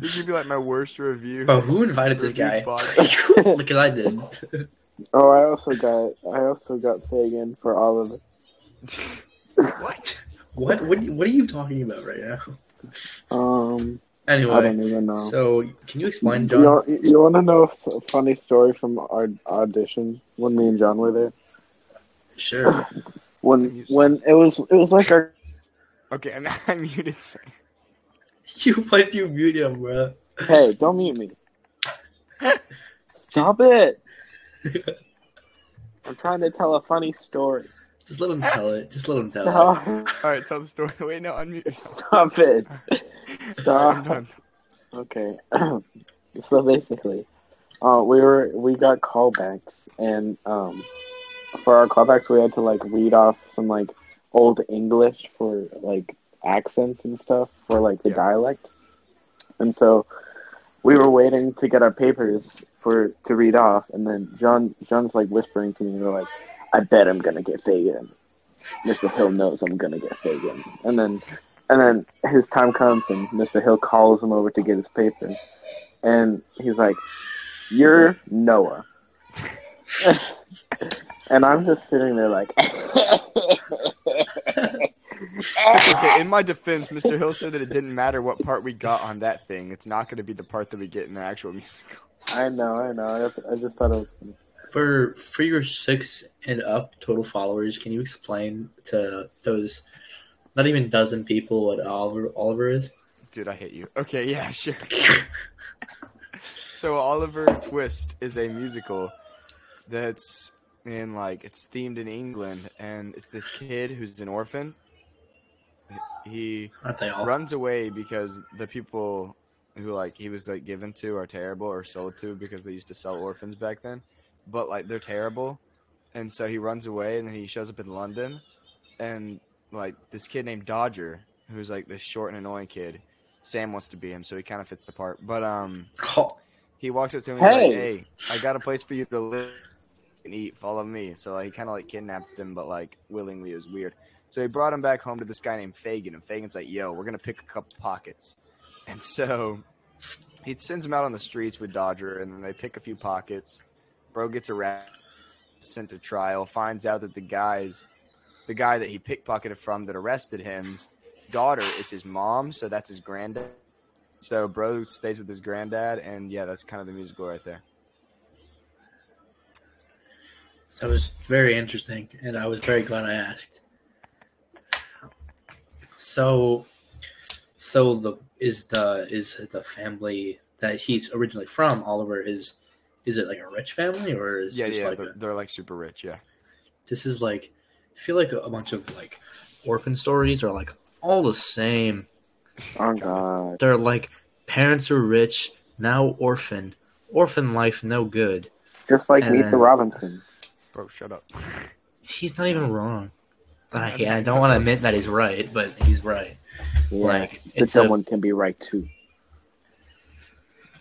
S1: This would be like my worst review.
S3: But who invited this
S1: Review
S3: guy?
S1: podcast.
S3: Because I did.
S4: oh, I also got I also got Fagan for Oliver.
S3: What? What? What? What are you talking about right now?
S4: Um, I
S3: Anyway,
S4: don't even know.
S3: so can you explain, John?
S4: You, you want to know a funny story from our audition when me and John were there?
S3: Sure.
S4: When when it was it was like our
S1: okay, and I muted Sam.
S3: You went you mute him, bro.
S4: hey don't mute me. Stop it! I'm trying to tell a funny story.
S3: Just let him
S1: Ah.
S3: tell it. Just let him tell it.
S4: No,
S1: All right, tell the story. Wait, no, unmute.
S4: stop it!
S1: Alright, I'm
S4: Stop.
S1: done.
S4: Okay. so basically, uh, we were we got callbacks, and um, for our callbacks, we had to like read off some like old English for like accents and stuff for like the
S1: Yeah.
S4: dialect, and so we were waiting to get our papers for to read off, and then John John's like whispering to me, "We're like, I bet I'm gonna get Fagan. Mr. Hill knows I'm gonna get Fagan." And then and then his time comes, and Mr. Hill calls him over to get his papers. And he's like, You're Noah. and I'm just sitting there like,
S1: Okay, in my defense, Mr. Hill said that it didn't matter what part we got on that thing. It's not going to be the part that we get in the actual musical.
S4: I know, I know. I just, I just thought it was funny.
S3: For for your six and up total followers, can you explain to those not even dozen people what Oliver Oliver is?
S1: Dude, I hate you. Okay, yeah, sure. So Oliver Twist is a musical that's in like it's themed in England, and it's this kid who's an orphan. He
S3: Aren't they all?
S1: runs away because the people who like he was like given to are terrible or sold to because they used to sell orphans back then but like they're terrible and so he runs away and then he shows up in london and like this kid named dodger who's like this short and annoying kid sam wants to be him so he kind of fits the part but um
S3: Oh,
S1: he walks up to him and he's
S4: Hey.
S1: like hey i got a place for you to live and eat follow me so like, he kind of like kidnapped him but like willingly it was weird so he brought him back home to this guy named Fagin, and Fagin's like, "Yo, we're gonna pick a couple pockets," and so he sends him out on the streets with Dodger, and then they pick a few pockets. Bro gets arrested, sent to trial, finds out that the guys, the guy that he pickpocketed from that arrested him's daughter is his mom, so that's his granddad. So bro stays with his granddad, and yeah, that's kind of the musical right there.
S3: That was very interesting, and I was very glad I asked. So, so the is the is the family that he's originally from, Oliver is is it like a rich family or is
S1: Yeah,
S3: this
S1: yeah,
S3: like
S1: they're,
S3: a,
S1: they're like super rich. Yeah,
S3: this is like I feel like a, bunch of like orphan stories are like all the same.
S4: Oh god.
S3: They're like parents are rich now orphan orphan life no good.
S4: Just like
S3: And
S4: Meet the
S3: then-
S4: Robinson.
S1: bro, shut up.
S3: He's not even wrong. I,
S1: I'm
S3: I
S1: not-
S3: don't want to admit that he's right, but he's right.
S4: Yeah.
S3: Like
S4: but
S3: it's a
S4: someone can be right too.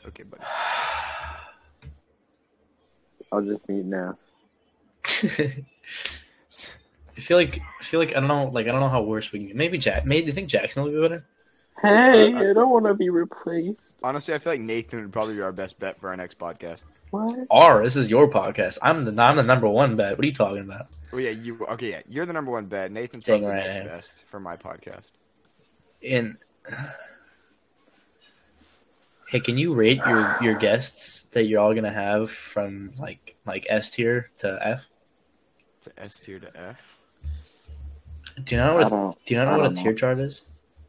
S1: Okay, buddy.
S4: I'll just mute now.
S3: I feel like I feel like I don't know like I don't know how worse we can get. Maybe Jack maybe do you think Jackson will be better?
S4: Hey,
S1: Uh,
S4: I don't want to be replaced.
S1: Honestly, I feel like Nathan would probably be our best bet for our next podcast.
S4: What?
S3: R, this is your podcast. I'm the I'm the number one bet. What are you talking about?
S1: Oh yeah, you okay? Yeah, you're the number one bet. Nathan's
S3: Dang
S1: probably the
S3: right I
S1: next
S3: am.
S1: best for my podcast.
S3: And hey, can you rate your your guests that you're all gonna have from like like S tier to F?
S1: It's a S tier to F.
S3: Do you know
S4: I
S3: what a,
S4: don't.
S3: do you not know
S4: I
S3: what a
S4: don't
S3: tier chart is?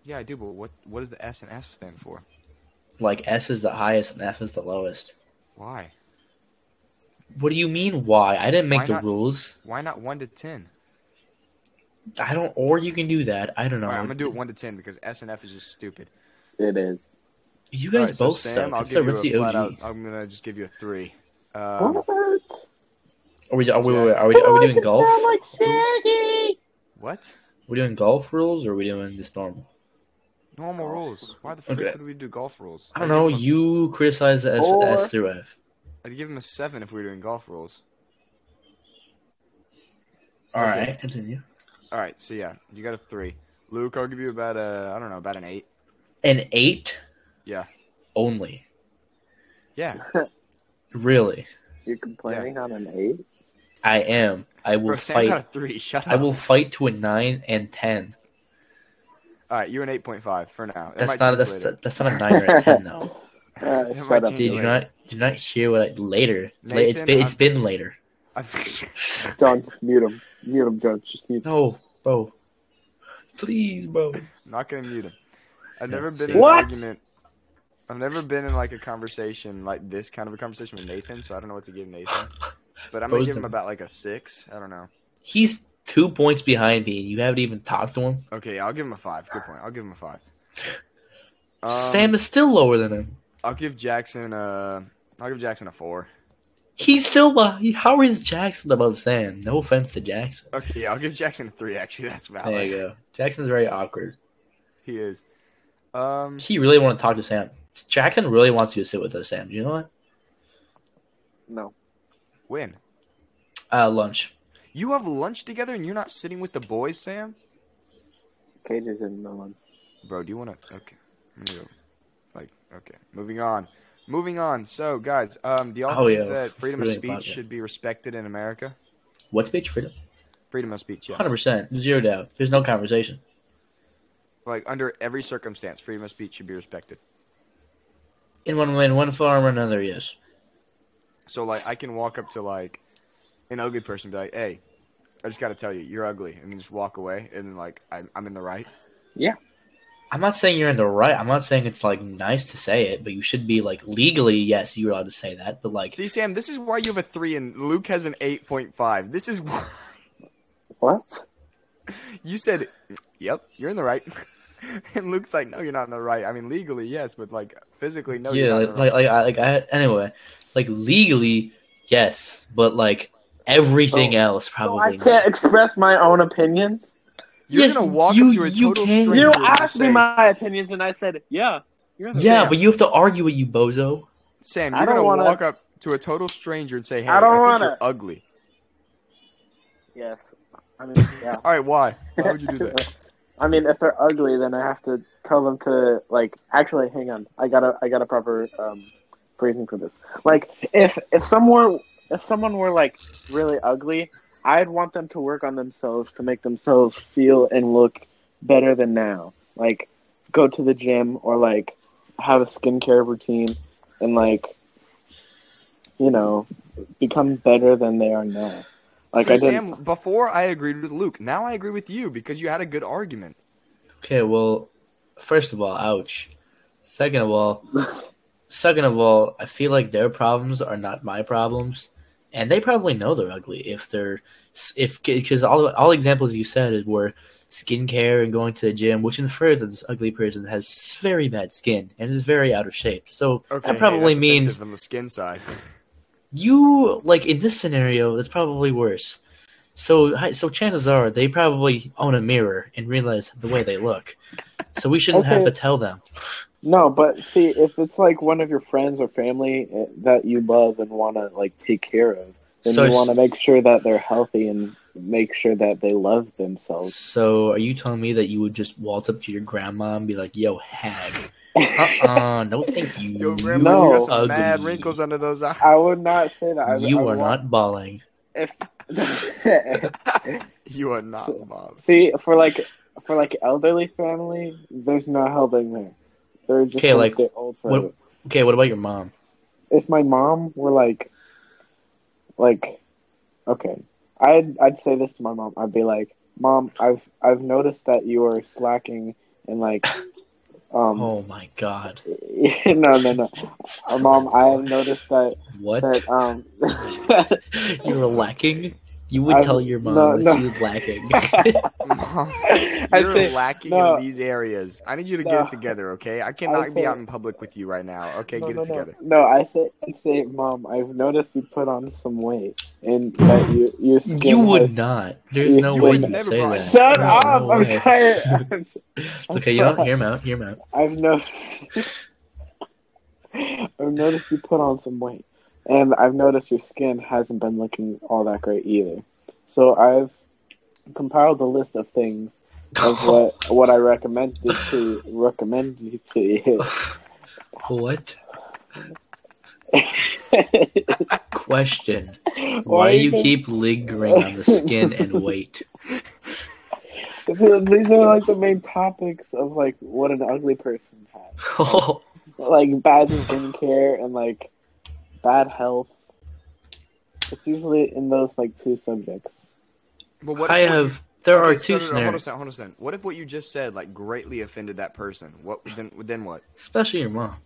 S1: Yeah, I do, but what what does the S and F stand for?
S3: Like S is the highest and F is the lowest.
S1: Why?
S3: What do you mean? Why? I didn't make
S1: Why
S3: the
S1: not-
S3: rules.
S1: Why not one to ten?
S3: I don't. Or you can do that. I don't know.
S1: All right, I'm gonna do it one to ten because S and F is just stupid.
S4: It is.
S3: You
S1: All
S3: guys
S1: right, so
S3: both
S1: Sam,
S3: suck.
S1: I'll
S3: It's the
S1: give you
S3: Ritzy
S1: a
S3: OG.
S1: flat out- I'm gonna just give you a three. Um,
S4: what? Oh,
S3: Are we? Are we?
S1: Yeah.
S3: Are we? Are we doing golf?
S4: Sound like
S3: rules?
S4: Shaggy.
S1: what?
S3: we doing golf rules, or are we doing just normal?
S1: Normal rules. Why the fuck
S3: Okay.
S1: would we do golf rules?
S3: I don't
S1: I'd
S3: know.
S1: give him a-
S3: You criticize the S,
S4: Or-
S3: S through F.
S1: I'd give him a seven if we were doing golf rules.
S3: All
S1: Okay.
S3: right, continue.
S1: All right, so yeah, you got a three. Luke, I'll give you about a I don't know about an eight.
S3: An eight
S1: Yeah,
S3: only.
S1: yeah.
S3: Really,
S4: You're complaining on an eight?
S3: I am. I will
S1: Bro, Sam got a
S3: fight.
S1: three. Shut up.
S3: I will fight to a nine and ten.
S1: All right, you're an eight point five for now. It might
S3: That's not.
S1: change
S3: That's,
S1: later.
S3: that's not a nine or a ten though.
S4: Uh,
S1: It might
S4: shut up.
S1: change
S3: Did you
S1: Later.
S3: not? Did you not hear what? I, later. La- it's
S1: Nathan,
S3: been. It's
S1: I'm-
S3: been later.
S1: I've-
S4: John, just mute him. Mute him, John. Just mute him.
S3: No, bro. Please, bro.
S1: I'm not gonna mute him. I've
S3: Yeah,
S1: never been
S3: see.
S1: in
S4: What?
S1: an argument. I've never been in like a conversation like this kind of a conversation with Nathan, so I don't know what to give Nathan. But I'm gonna
S3: Both
S1: give him
S3: of-
S1: about like a six. I don't know.
S3: He's two points behind me, and you haven't even talked to him.
S1: Okay, I'll give him a five. Good point. I'll give him a five. Um,
S3: Sam is still lower than him.
S1: I'll give Jackson a. I'll give Jackson a four.
S3: He's still behind. How is Jackson above Sam? No offense to Jackson.
S1: Okay, yeah, I'll give Jackson a three. Actually, that's valid.
S3: There you go. Jackson's very awkward.
S1: He is. Um,
S3: He really want to talk to Sam. Jackson really wants you to sit with us, Sam. Do you know what?
S4: No.
S1: when
S3: Uh, lunch.
S1: you have lunch together and you're not sitting with the boys, Sam,
S4: Cage is in the one.
S1: bro, do you want to? Okay, I'm gonna go. like okay, moving on, moving on. So, guys, um, do y'all
S3: Oh,
S1: think
S3: yeah.
S1: that freedom of
S3: Really
S1: speech
S3: podcast.
S1: should be respected in America?
S3: What's speech freedom?
S1: Freedom of speech, yeah.
S3: Hundred percent, zero doubt. There's no conversation.
S1: Like under every circumstance, freedom of speech should be respected.
S3: In one way, in one form or another, yes.
S1: So, like, I can walk up to like an ugly person, and be like, "Hey, I just got to tell you, you're ugly," and then just walk away, and then like I'm, I'm in the right.
S3: I'm not saying you're in the right. I'm not saying it's like nice to say it, but you should be like legally, yes, you're allowed to say that. But like,
S1: See, Sam, this is why you have a three and Luke has an eight point five. This is why
S4: What?
S1: you said, "Yep, you're in the right," and Luke's like, "No, you're not in the right. I mean, legally, yes, but like physically, no."
S3: yeah,
S1: you're not in
S3: like,
S1: the
S3: like,
S1: right.
S3: like, I, like I, anyway, like legally, yes, but like
S1: Oh.
S3: everything else
S4: So
S3: probably.
S4: I
S3: not.
S4: can't express my own opinions.
S1: you're
S3: Yes,
S1: gonna walk
S3: you-
S1: up to a
S3: you
S1: total
S3: can.
S1: stranger.
S4: You
S1: and just
S4: asked me
S1: say,
S4: my opinions, and I said, yeah. You're in the
S3: Yeah,
S1: Sam.
S3: but you have to argue it, you bozo.
S1: Sam,
S4: I
S1: you're
S4: don't
S1: gonna
S4: wanna-
S1: walk up to a total stranger and say, "Hey,
S4: I don't
S1: think
S4: wanna-
S1: you're ugly."
S4: Yes. I mean, yeah.
S1: All right, why? Why would you do that?
S4: I mean, if they're ugly, then I have to tell them to like. Actually, hang on. I got to I got a proper um, phrasing for this. Like, if if someone if someone were like really ugly, I'd want them to work on themselves to make themselves feel and look better than now. like go to the gym or like have a skincare routine and like you know become better than they are now. Like
S1: See,
S4: I didn't.
S1: Sam, before I agreed with Luke. Now I agree with you because you had a good argument.
S3: Okay, well, first of all, ouch. Second of all, second of all, I feel like their problems are not my problems, and they probably know they're ugly if they're if because all all examples you said were skincare and going to the gym, which infers that this ugly person has very bad skin and is very out of shape. So
S1: Okay,
S3: that
S1: hey,
S3: probably
S1: that's
S3: means
S1: offensive on the skin side.
S3: you like in this scenario that's probably worse so hi- so chances are they probably own a mirror and realize the way they look so we shouldn't have
S4: Okay.
S3: to tell them
S4: No, but see, if it's like one of your friends or family eh, that you love and want to like take care of, then
S3: so
S4: you want to make sure that they're healthy and make sure that they love themselves.
S3: so are you telling me that you would just waltz up to your grandma and be like yo hag uh-uh no thank you
S1: Yo,
S4: you
S1: grandma, you got
S4: No.
S1: some mad
S3: ugly.
S1: wrinkles under those eyes.
S4: I would not say that. I,
S3: you
S4: I
S3: are
S4: want-
S3: not balling
S4: If
S1: You are not, Bob.
S4: see for like for like elderly family, there's no helping there. They're just
S3: Okay,
S4: gonna
S3: like,
S4: stay old
S3: what-
S4: forever.
S3: okay what about your mom
S4: If my mom were like, like, okay, I'd I'd say this to my mom. I'd be like, Mom, I've I've noticed that you are slacking and like, um,
S3: oh my god
S4: no, no, no, Uh, Mom, I have noticed that
S3: what
S4: that um.
S3: you were lacking you would
S4: I'm-
S3: tell your mom
S4: no,
S3: that
S4: no.
S3: she was lacking
S1: Mom,
S4: I
S1: you're
S4: say
S1: lacking
S4: no.
S1: in these areas. I need you to
S4: No.
S1: get it together, okay? I cannot be
S4: say-
S1: out in public with you right now. Okay,
S4: no,
S1: get
S4: no,
S1: it together.
S4: No, no I say, I say, Mom, I've noticed you put on some weight, and that you, your skin.
S3: You would
S4: has-
S3: not. There's
S4: You
S3: no
S4: would
S3: way you
S1: never
S3: say
S1: buy
S3: that.
S1: it.
S4: Shut
S3: No
S4: up! I'm
S3: way.
S4: tired. I'm,
S3: Okay, you don't hear him out. Hear him out.
S4: I've noticed. I've noticed you put on some weight, and I've noticed your skin hasn't been looking all that great either. So I've compiled a list of things of what what I recommend this to recommend you to you.
S3: What
S4: Why,
S3: question? Why do you keep lingering on the skin and weight?
S4: These are like the main topics of like what an ugly person has,
S3: Oh,
S4: like bad skincare and like bad health. It's usually in those like two subjects.
S1: Well,
S3: I
S1: if-
S3: have. There
S1: okay,
S3: are
S1: so
S3: two
S1: no, no, no, Hold on a
S3: scenarios,
S1: second. Hold on a second. What if what you just said like greatly offended that person? What then? Then what?
S3: especially your mom.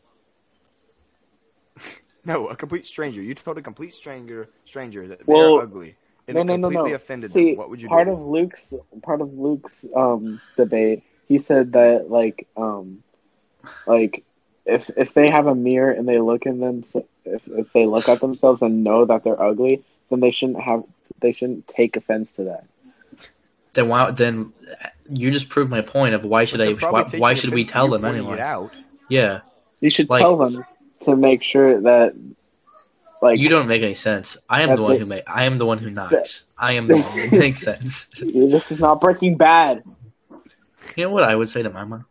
S1: No, a complete stranger. You told a complete stranger stranger that
S4: Well,
S1: they're ugly and
S4: no,
S1: it
S4: no, no,
S1: completely
S4: no.
S1: offended
S4: See,
S1: them. What would you
S4: part
S1: do?
S4: of Luke's part of Luke's um debate, he said that like um like if if they have a mirror and they look in them if if they look at themselves and know that they're ugly, then they shouldn't have they shouldn't take offense to that.
S3: Then why? Then you just proved my point of why should
S1: They're
S3: I?
S1: probably
S3: Why,
S1: taking
S3: why should we
S1: offense to
S3: tell
S1: you
S3: them
S1: pointing it
S3: anyway?
S1: out.
S3: Yeah,
S4: You should
S3: Like-
S4: tell them to make sure that like
S3: you don't make any sense. I am
S4: That
S3: the one
S4: they-
S3: who make. I am the one who knocks. I am the one who makes sense.
S4: this is not Breaking Bad.
S3: You know what I would say to my mom?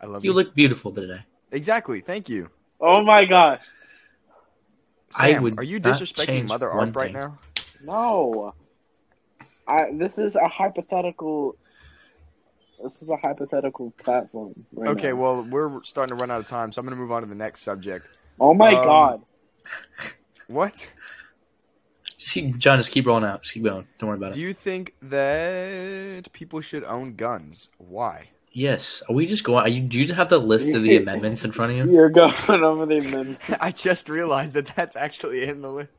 S1: I love you.
S3: You look beautiful today.
S1: exactly. Thank you.
S4: Oh my gosh.
S3: I
S1: Sam,
S3: would
S1: are you
S3: not
S1: disrespecting
S3: change
S1: Mother
S3: one
S1: Arp right
S3: thing.
S1: now?
S4: No. I this is a hypothetical this is a hypothetical platform. Right
S1: okay,
S4: now.
S1: well, we're starting to run out of time, so I'm going to move on to the next subject.
S4: Oh my
S1: um,
S4: god.
S1: What?
S3: Just keep, John, just keep rolling out. Just keep going. Don't worry about
S1: Do
S3: it.
S1: you think that people should own guns? Why?
S3: Yes. Are we just going? Are you, do you just have the list of the amendments in front of you?
S4: You're going over the amendment.
S1: I just realized that that's actually in the list.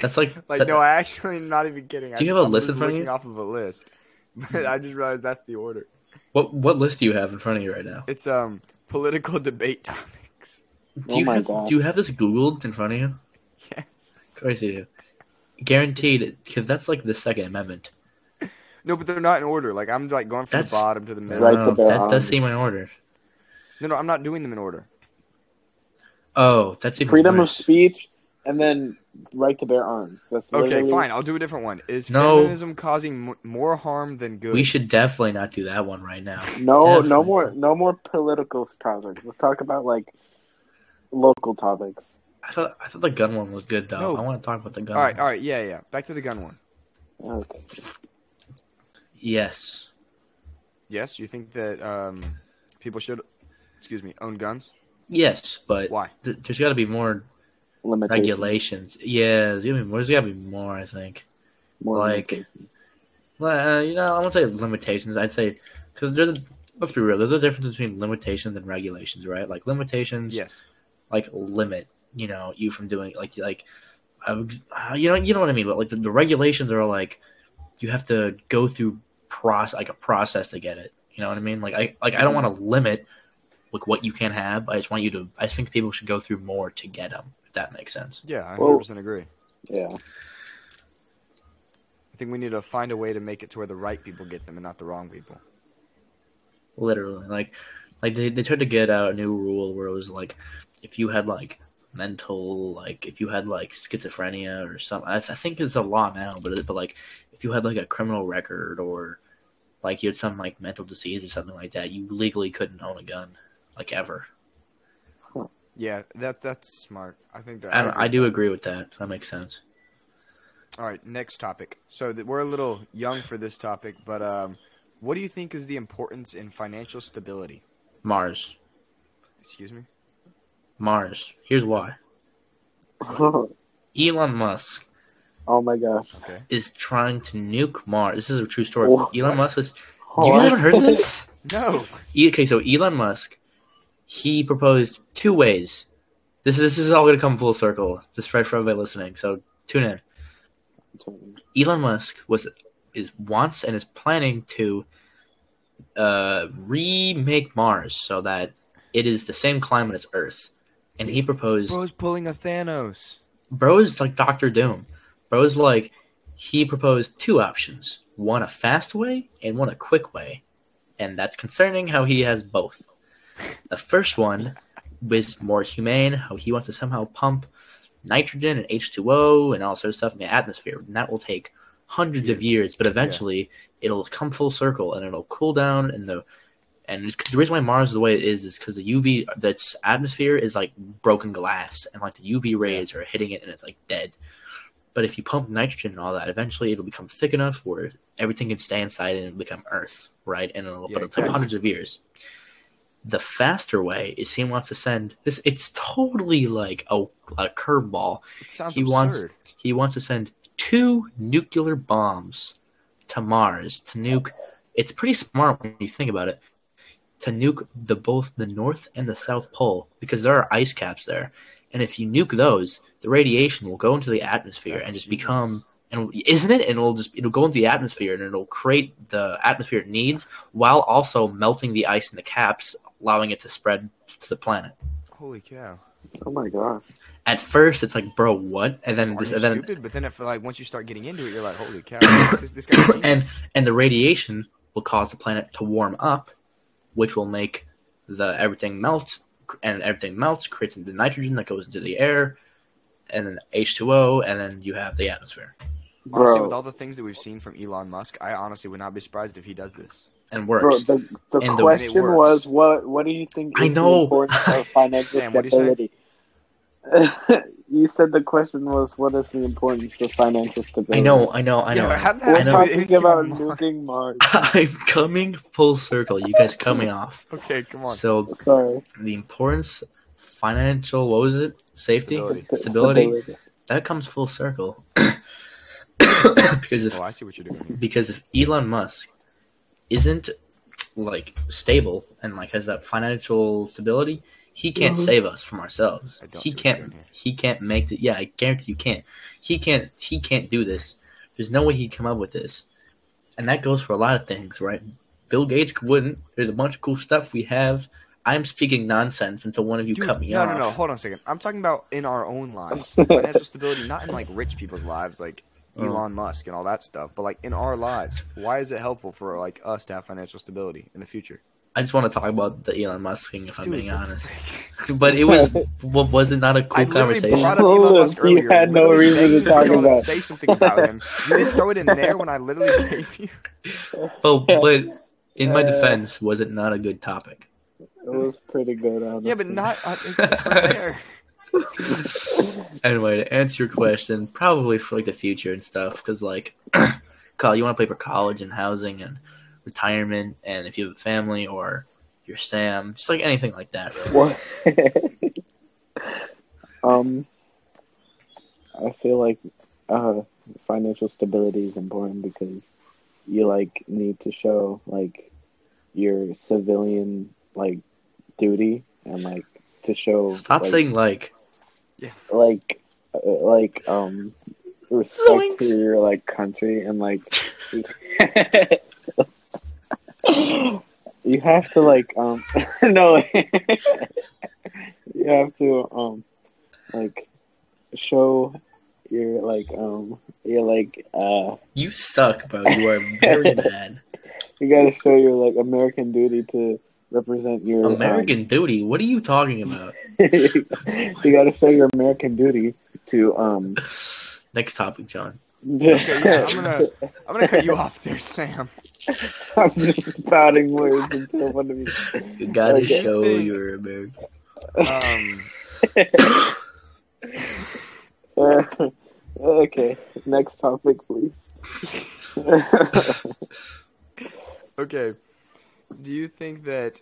S3: That's like.
S1: Like,
S3: that-
S1: no, I actually am not even kidding.
S3: Do
S1: I,
S3: you have a
S1: I'm
S3: list
S1: just
S3: in front of
S1: looking
S3: you?
S1: off of a list. But I just realized that's the order.
S3: What what list do you have in front of you right now?
S1: It's um political debate topics.
S3: Do
S4: Oh
S3: you
S4: my
S3: have,
S4: God.
S3: Do you have this Googled in front of you?
S1: Yes.
S3: Of course you do. Guaranteed, because that's like the Second Amendment.
S1: No, but they're not in order. Like I'm like going from
S3: That's-
S1: the bottom to the middle.
S4: Right to
S3: Oh,
S4: bear
S3: that does
S4: arms.
S3: seem in order.
S1: No, no, I'm not doing them in order.
S3: Oh, that's even
S4: Freedom of
S3: worse.
S4: speech and then right to bear arms. That's
S1: Okay,
S4: literally-
S1: fine. I'll do a different one. Is
S3: No.
S1: feminism causing m- more harm than good?
S3: We should definitely not do that one right now.
S4: No no
S3: Definitely.
S4: more no more political topics. Let's talk about like local topics.
S3: I thought I thought the gun one was good though.
S1: No.
S3: I want to talk about the gun.
S1: All right,
S3: one.
S1: all right, yeah, yeah. Back to the gun one.
S4: Okay.
S3: Yes.
S1: Yes, you think that um, people should, excuse me, own guns?
S3: Yes, but
S1: Why?
S3: th- there's got to be more
S4: Limitations.
S3: regulations. Yeah, there's gotta be more. There's got to be more. I think.
S4: More
S3: like-
S4: limitations.
S3: Well, uh, you know, I won't say limitations. I'd say because there's a, let's be real. There's a difference between limitations and regulations, right? Like limitations,
S1: Yes.
S3: like limit you know you from doing like like I would- uh, you know you know what I mean. But like the, the regulations are like you have to go through process like a process to get it. You know what I mean? Like I like I don't want to limit like what you can have. I just want you to. I think people should go through more to get them. If that makes sense.
S1: Yeah, I
S4: Well-
S1: 100% agree.
S4: Yeah.
S1: I think we need to find a way to make it to where the right people get them and not the wrong people.
S3: literally like like they, they tried to get out a new rule where it was like if you had like mental like if you had like schizophrenia or something I, I think it's a law now but it- but like if you had like a criminal record or like you had some like mental disease or something like that you legally couldn't own a gun like ever
S1: Yeah, that that's smart. I think that.
S3: i, don't, I do agree with that that makes sense
S1: All right, next topic. So th- we're a little young for this topic, but um, what do you think is the importance in financial stability?
S3: mars
S1: Excuse me.
S3: mars here's why elon musk
S4: oh my gosh.
S1: Okay.
S3: is trying to nuke mars this is a true story
S4: What?
S3: elon musk was you guys haven't heard this
S1: No.
S3: E- okay, so Elon Musk, he proposed two ways. This is this is all going to come full circle, just right for everybody listening. So tune in.
S4: Oh
S3: Elon Musk was is wants and is planning to uh, remake Mars so that it is the same climate as Earth, and he proposed.
S1: Bro's pulling a Thanos.
S3: Bro is like Doctor Doom. Bro is like he proposed two options: one a fast way and one a quick way, and that's concerning how he has both. The first one was more humane, how he wants to somehow pump nitrogen and H two O and all sorts of stuff in the atmosphere, and that will take hundreds of years, but eventually it'll come full circle and it'll cool down and the and it's, 'cause the reason why Mars is the way it is is because the UV that's atmosphere is like broken glass and like the UV rays are hitting it and it's like dead. But if you pump nitrogen and all that, eventually it'll become thick enough where everything can stay inside and it'll become Earth, right? And it'll,
S1: Yeah,
S3: but it'll
S1: exactly.
S3: take hundreds of years. The faster way is he wants to send this. It's totally like a, a curveball
S1: It sounds
S3: He
S1: absurd.
S3: wants- he wants to send two nuclear bombs to Mars to nuke. It's pretty smart when you think about it. To nuke the both the North and the South Pole because there are ice caps there, and if you nuke those, the radiation will go into the atmosphere
S1: That's
S3: and just
S1: genius.
S3: become and isn't it? And it'll just it'll go into the atmosphere and it'll create the atmosphere it needs while also melting the ice in the caps, allowing it to spread to the planet.
S1: Holy cow.
S4: Oh my gosh.
S3: At first, it's like, bro, what? And then
S1: Aren't you
S3: and then
S1: stupid? But then, if like once you start getting into it, you're like, holy cow, this, this guy's genius.
S3: and and the radiation will cause the planet to warm up, which will make the everything melt, and everything melts, creates the nitrogen that goes into the air, and then H two O, and then you have the atmosphere
S1: honestly,
S4: Bro,
S1: with all the things that we've seen from Elon Musk, I honestly would not be surprised if he does this.
S3: and
S4: bro
S3: works.
S4: the, the
S3: And the-
S1: And it
S4: question
S1: works.
S4: was what what do you think
S3: I
S4: is the
S3: know.
S4: importance of financial
S1: Sam, what'd you say?
S4: stability? you said the question was what is the importance of financial stability?
S3: I know, I know, I know.
S1: Yeah, how the
S4: We're
S3: I know.
S1: hell do you
S4: talking
S1: even
S4: about
S1: mind?
S4: nuking Mars.
S3: I'm coming full circle. You guys cut me off.
S1: Okay, come on.
S3: So
S4: Sorry.
S3: the importance, financial, what was it? Safety,
S1: Stability.
S3: stability.
S4: Stability.
S3: That comes full circle. because if
S1: oh, I see what you're doing here.
S3: because if Elon Musk isn't like stable and like has that financial stability, he can't
S4: Mhm.
S3: save us from ourselves.
S1: Mm-hmm. I don't
S3: He
S1: see what you're
S3: can't.
S1: doing here.
S3: He can't make the. Yeah, I guarantee you can't. He can't. He can't do this. There's no way he'd come up with this, and that goes for a lot of things, right? Bill Gates wouldn't. There's a bunch of cool stuff we have. I'm speaking nonsense until one of you
S1: Dude,
S3: cut me
S1: no,
S3: off.
S1: no, no. Hold on a second. I'm talking about in our own lives, financial stability, not in like rich people's lives, like
S3: Oh.
S1: Elon Musk and all that stuff, but like in our lives. Why is it helpful for like us to have financial stability in the future?
S3: I just want to talk about the Elon Musk thing, if I'm
S1: Dude,
S3: being
S1: what the
S3: honest.
S1: frick?
S3: But it was, what was it not a cool
S1: I literally
S3: conversation?
S1: brought up Elon
S4: Look,
S1: Musk
S4: you
S1: earlier.
S4: had no
S1: literally
S4: reason to
S1: begged
S4: talk
S1: y'all
S4: about it.
S1: say something about him. You didn't throw it in there when I literally gave you.
S3: But Oh, but in my
S4: Uh,
S3: defense, was it not a good topic?
S4: It was pretty good, honestly.
S1: Yeah, but not uh, it's from there.
S3: Anyway, to answer your question, probably for like the future and stuff, because like, Kyle, you want to play for college and housing and retirement and if you have a family or your Sam, just like anything like that. Really.
S4: What? um, I feel like uh, financial stability is important because you like need to show like your civilian like duty and like to show
S3: Stop
S4: like,
S3: saying like.
S4: like uh, like um respect to
S2: Zoinks.
S4: your like country and like you have to like um no you have to um like show your like um your like uh
S3: You suck, bro. You are very bad.
S4: you gotta show your like American duty to represent your um,
S3: American duty. What are you talking about?
S4: you gotta show your American duty to um
S3: Next topic, John.
S1: Okay, yeah, I'm gonna I'm gonna cut you off there, Sam.
S4: I'm just spouting words until one of you.
S3: You gotta
S4: Okay.
S3: show
S1: Think-
S3: your American.
S1: Um,
S4: Uh, okay, next topic, please.
S1: okay, do you think that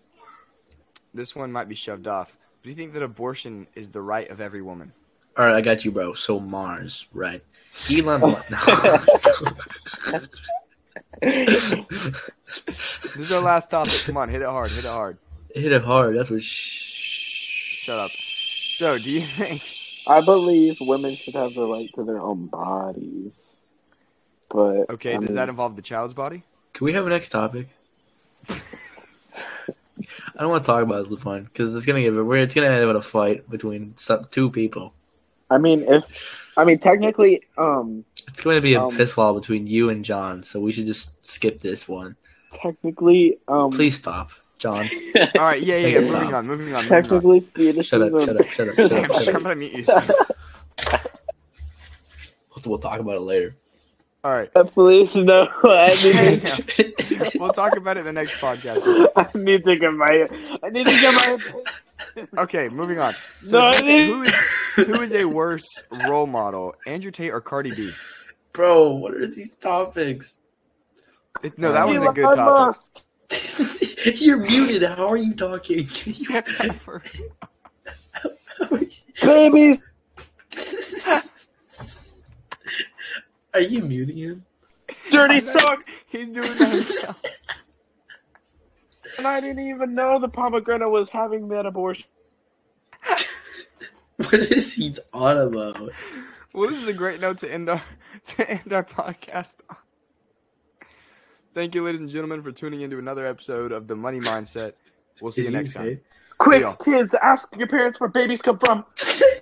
S1: this one might be shoved off? Do you think that abortion is the right of every woman?
S3: All right, I got you, bro. So Mars, right? Elon Musk. No.
S1: This is our last topic. Come on, hit it hard. Hit it hard.
S3: Hit it hard. That's what. Sh-
S1: Shut up. So, do you think?
S4: I believe women should have the right to their own bodies, but
S1: Okay,
S4: I
S1: does
S4: mean,
S1: that involve the child's body?
S3: Can we have a next topic? I don't want to talk about this one because it's gonna give we're- it's gonna end up in a fight between some, two people.
S4: I mean, if I mean technically, um,
S3: It's going to be a
S4: Um,
S3: fistfall between you and John, so we should just skip this one.
S4: technically, um,
S3: Please stop, John.
S1: All right, yeah, yeah, yeah.
S3: Thank you,
S1: Moving
S3: Tom.
S1: on, moving on. Moving on.
S4: technically, fetuses
S3: Shut up,
S4: are-
S3: shut up, shut up, shut up, shut
S1: Sam, I'm
S3: up.
S1: gonna mute you. Sam.
S3: We'll talk about it later.
S1: All right,
S4: Please no, I need, to,
S3: Sam,
S1: we'll talk about it in the next podcast.
S4: I need to get my, I need to get my.
S1: Okay, moving on.
S4: No,
S1: So
S4: I didn't.
S1: who, is, who is a worse role model, Andrew Tate or Cardi B?
S3: Bro, what are these topics?
S1: It- no, that was a
S4: Elon
S1: good topic.
S4: Musk.
S3: You're muted. How are you talking? You
S4: Babies.
S3: are you muting him?
S4: Dirty socks!
S1: He's doing that himself.
S4: And I didn't even know the pomegranate was having that abortion.
S3: What is he on about?
S1: Well, this is a great note to end our to end our podcast. on. Thank you, ladies and gentlemen, for tuning into another episode of the Money Mindset. We'll see
S3: Is
S1: you
S3: he
S1: next time. Yeah.
S3: okay?
S4: Quick, kids, ask your parents where babies come from.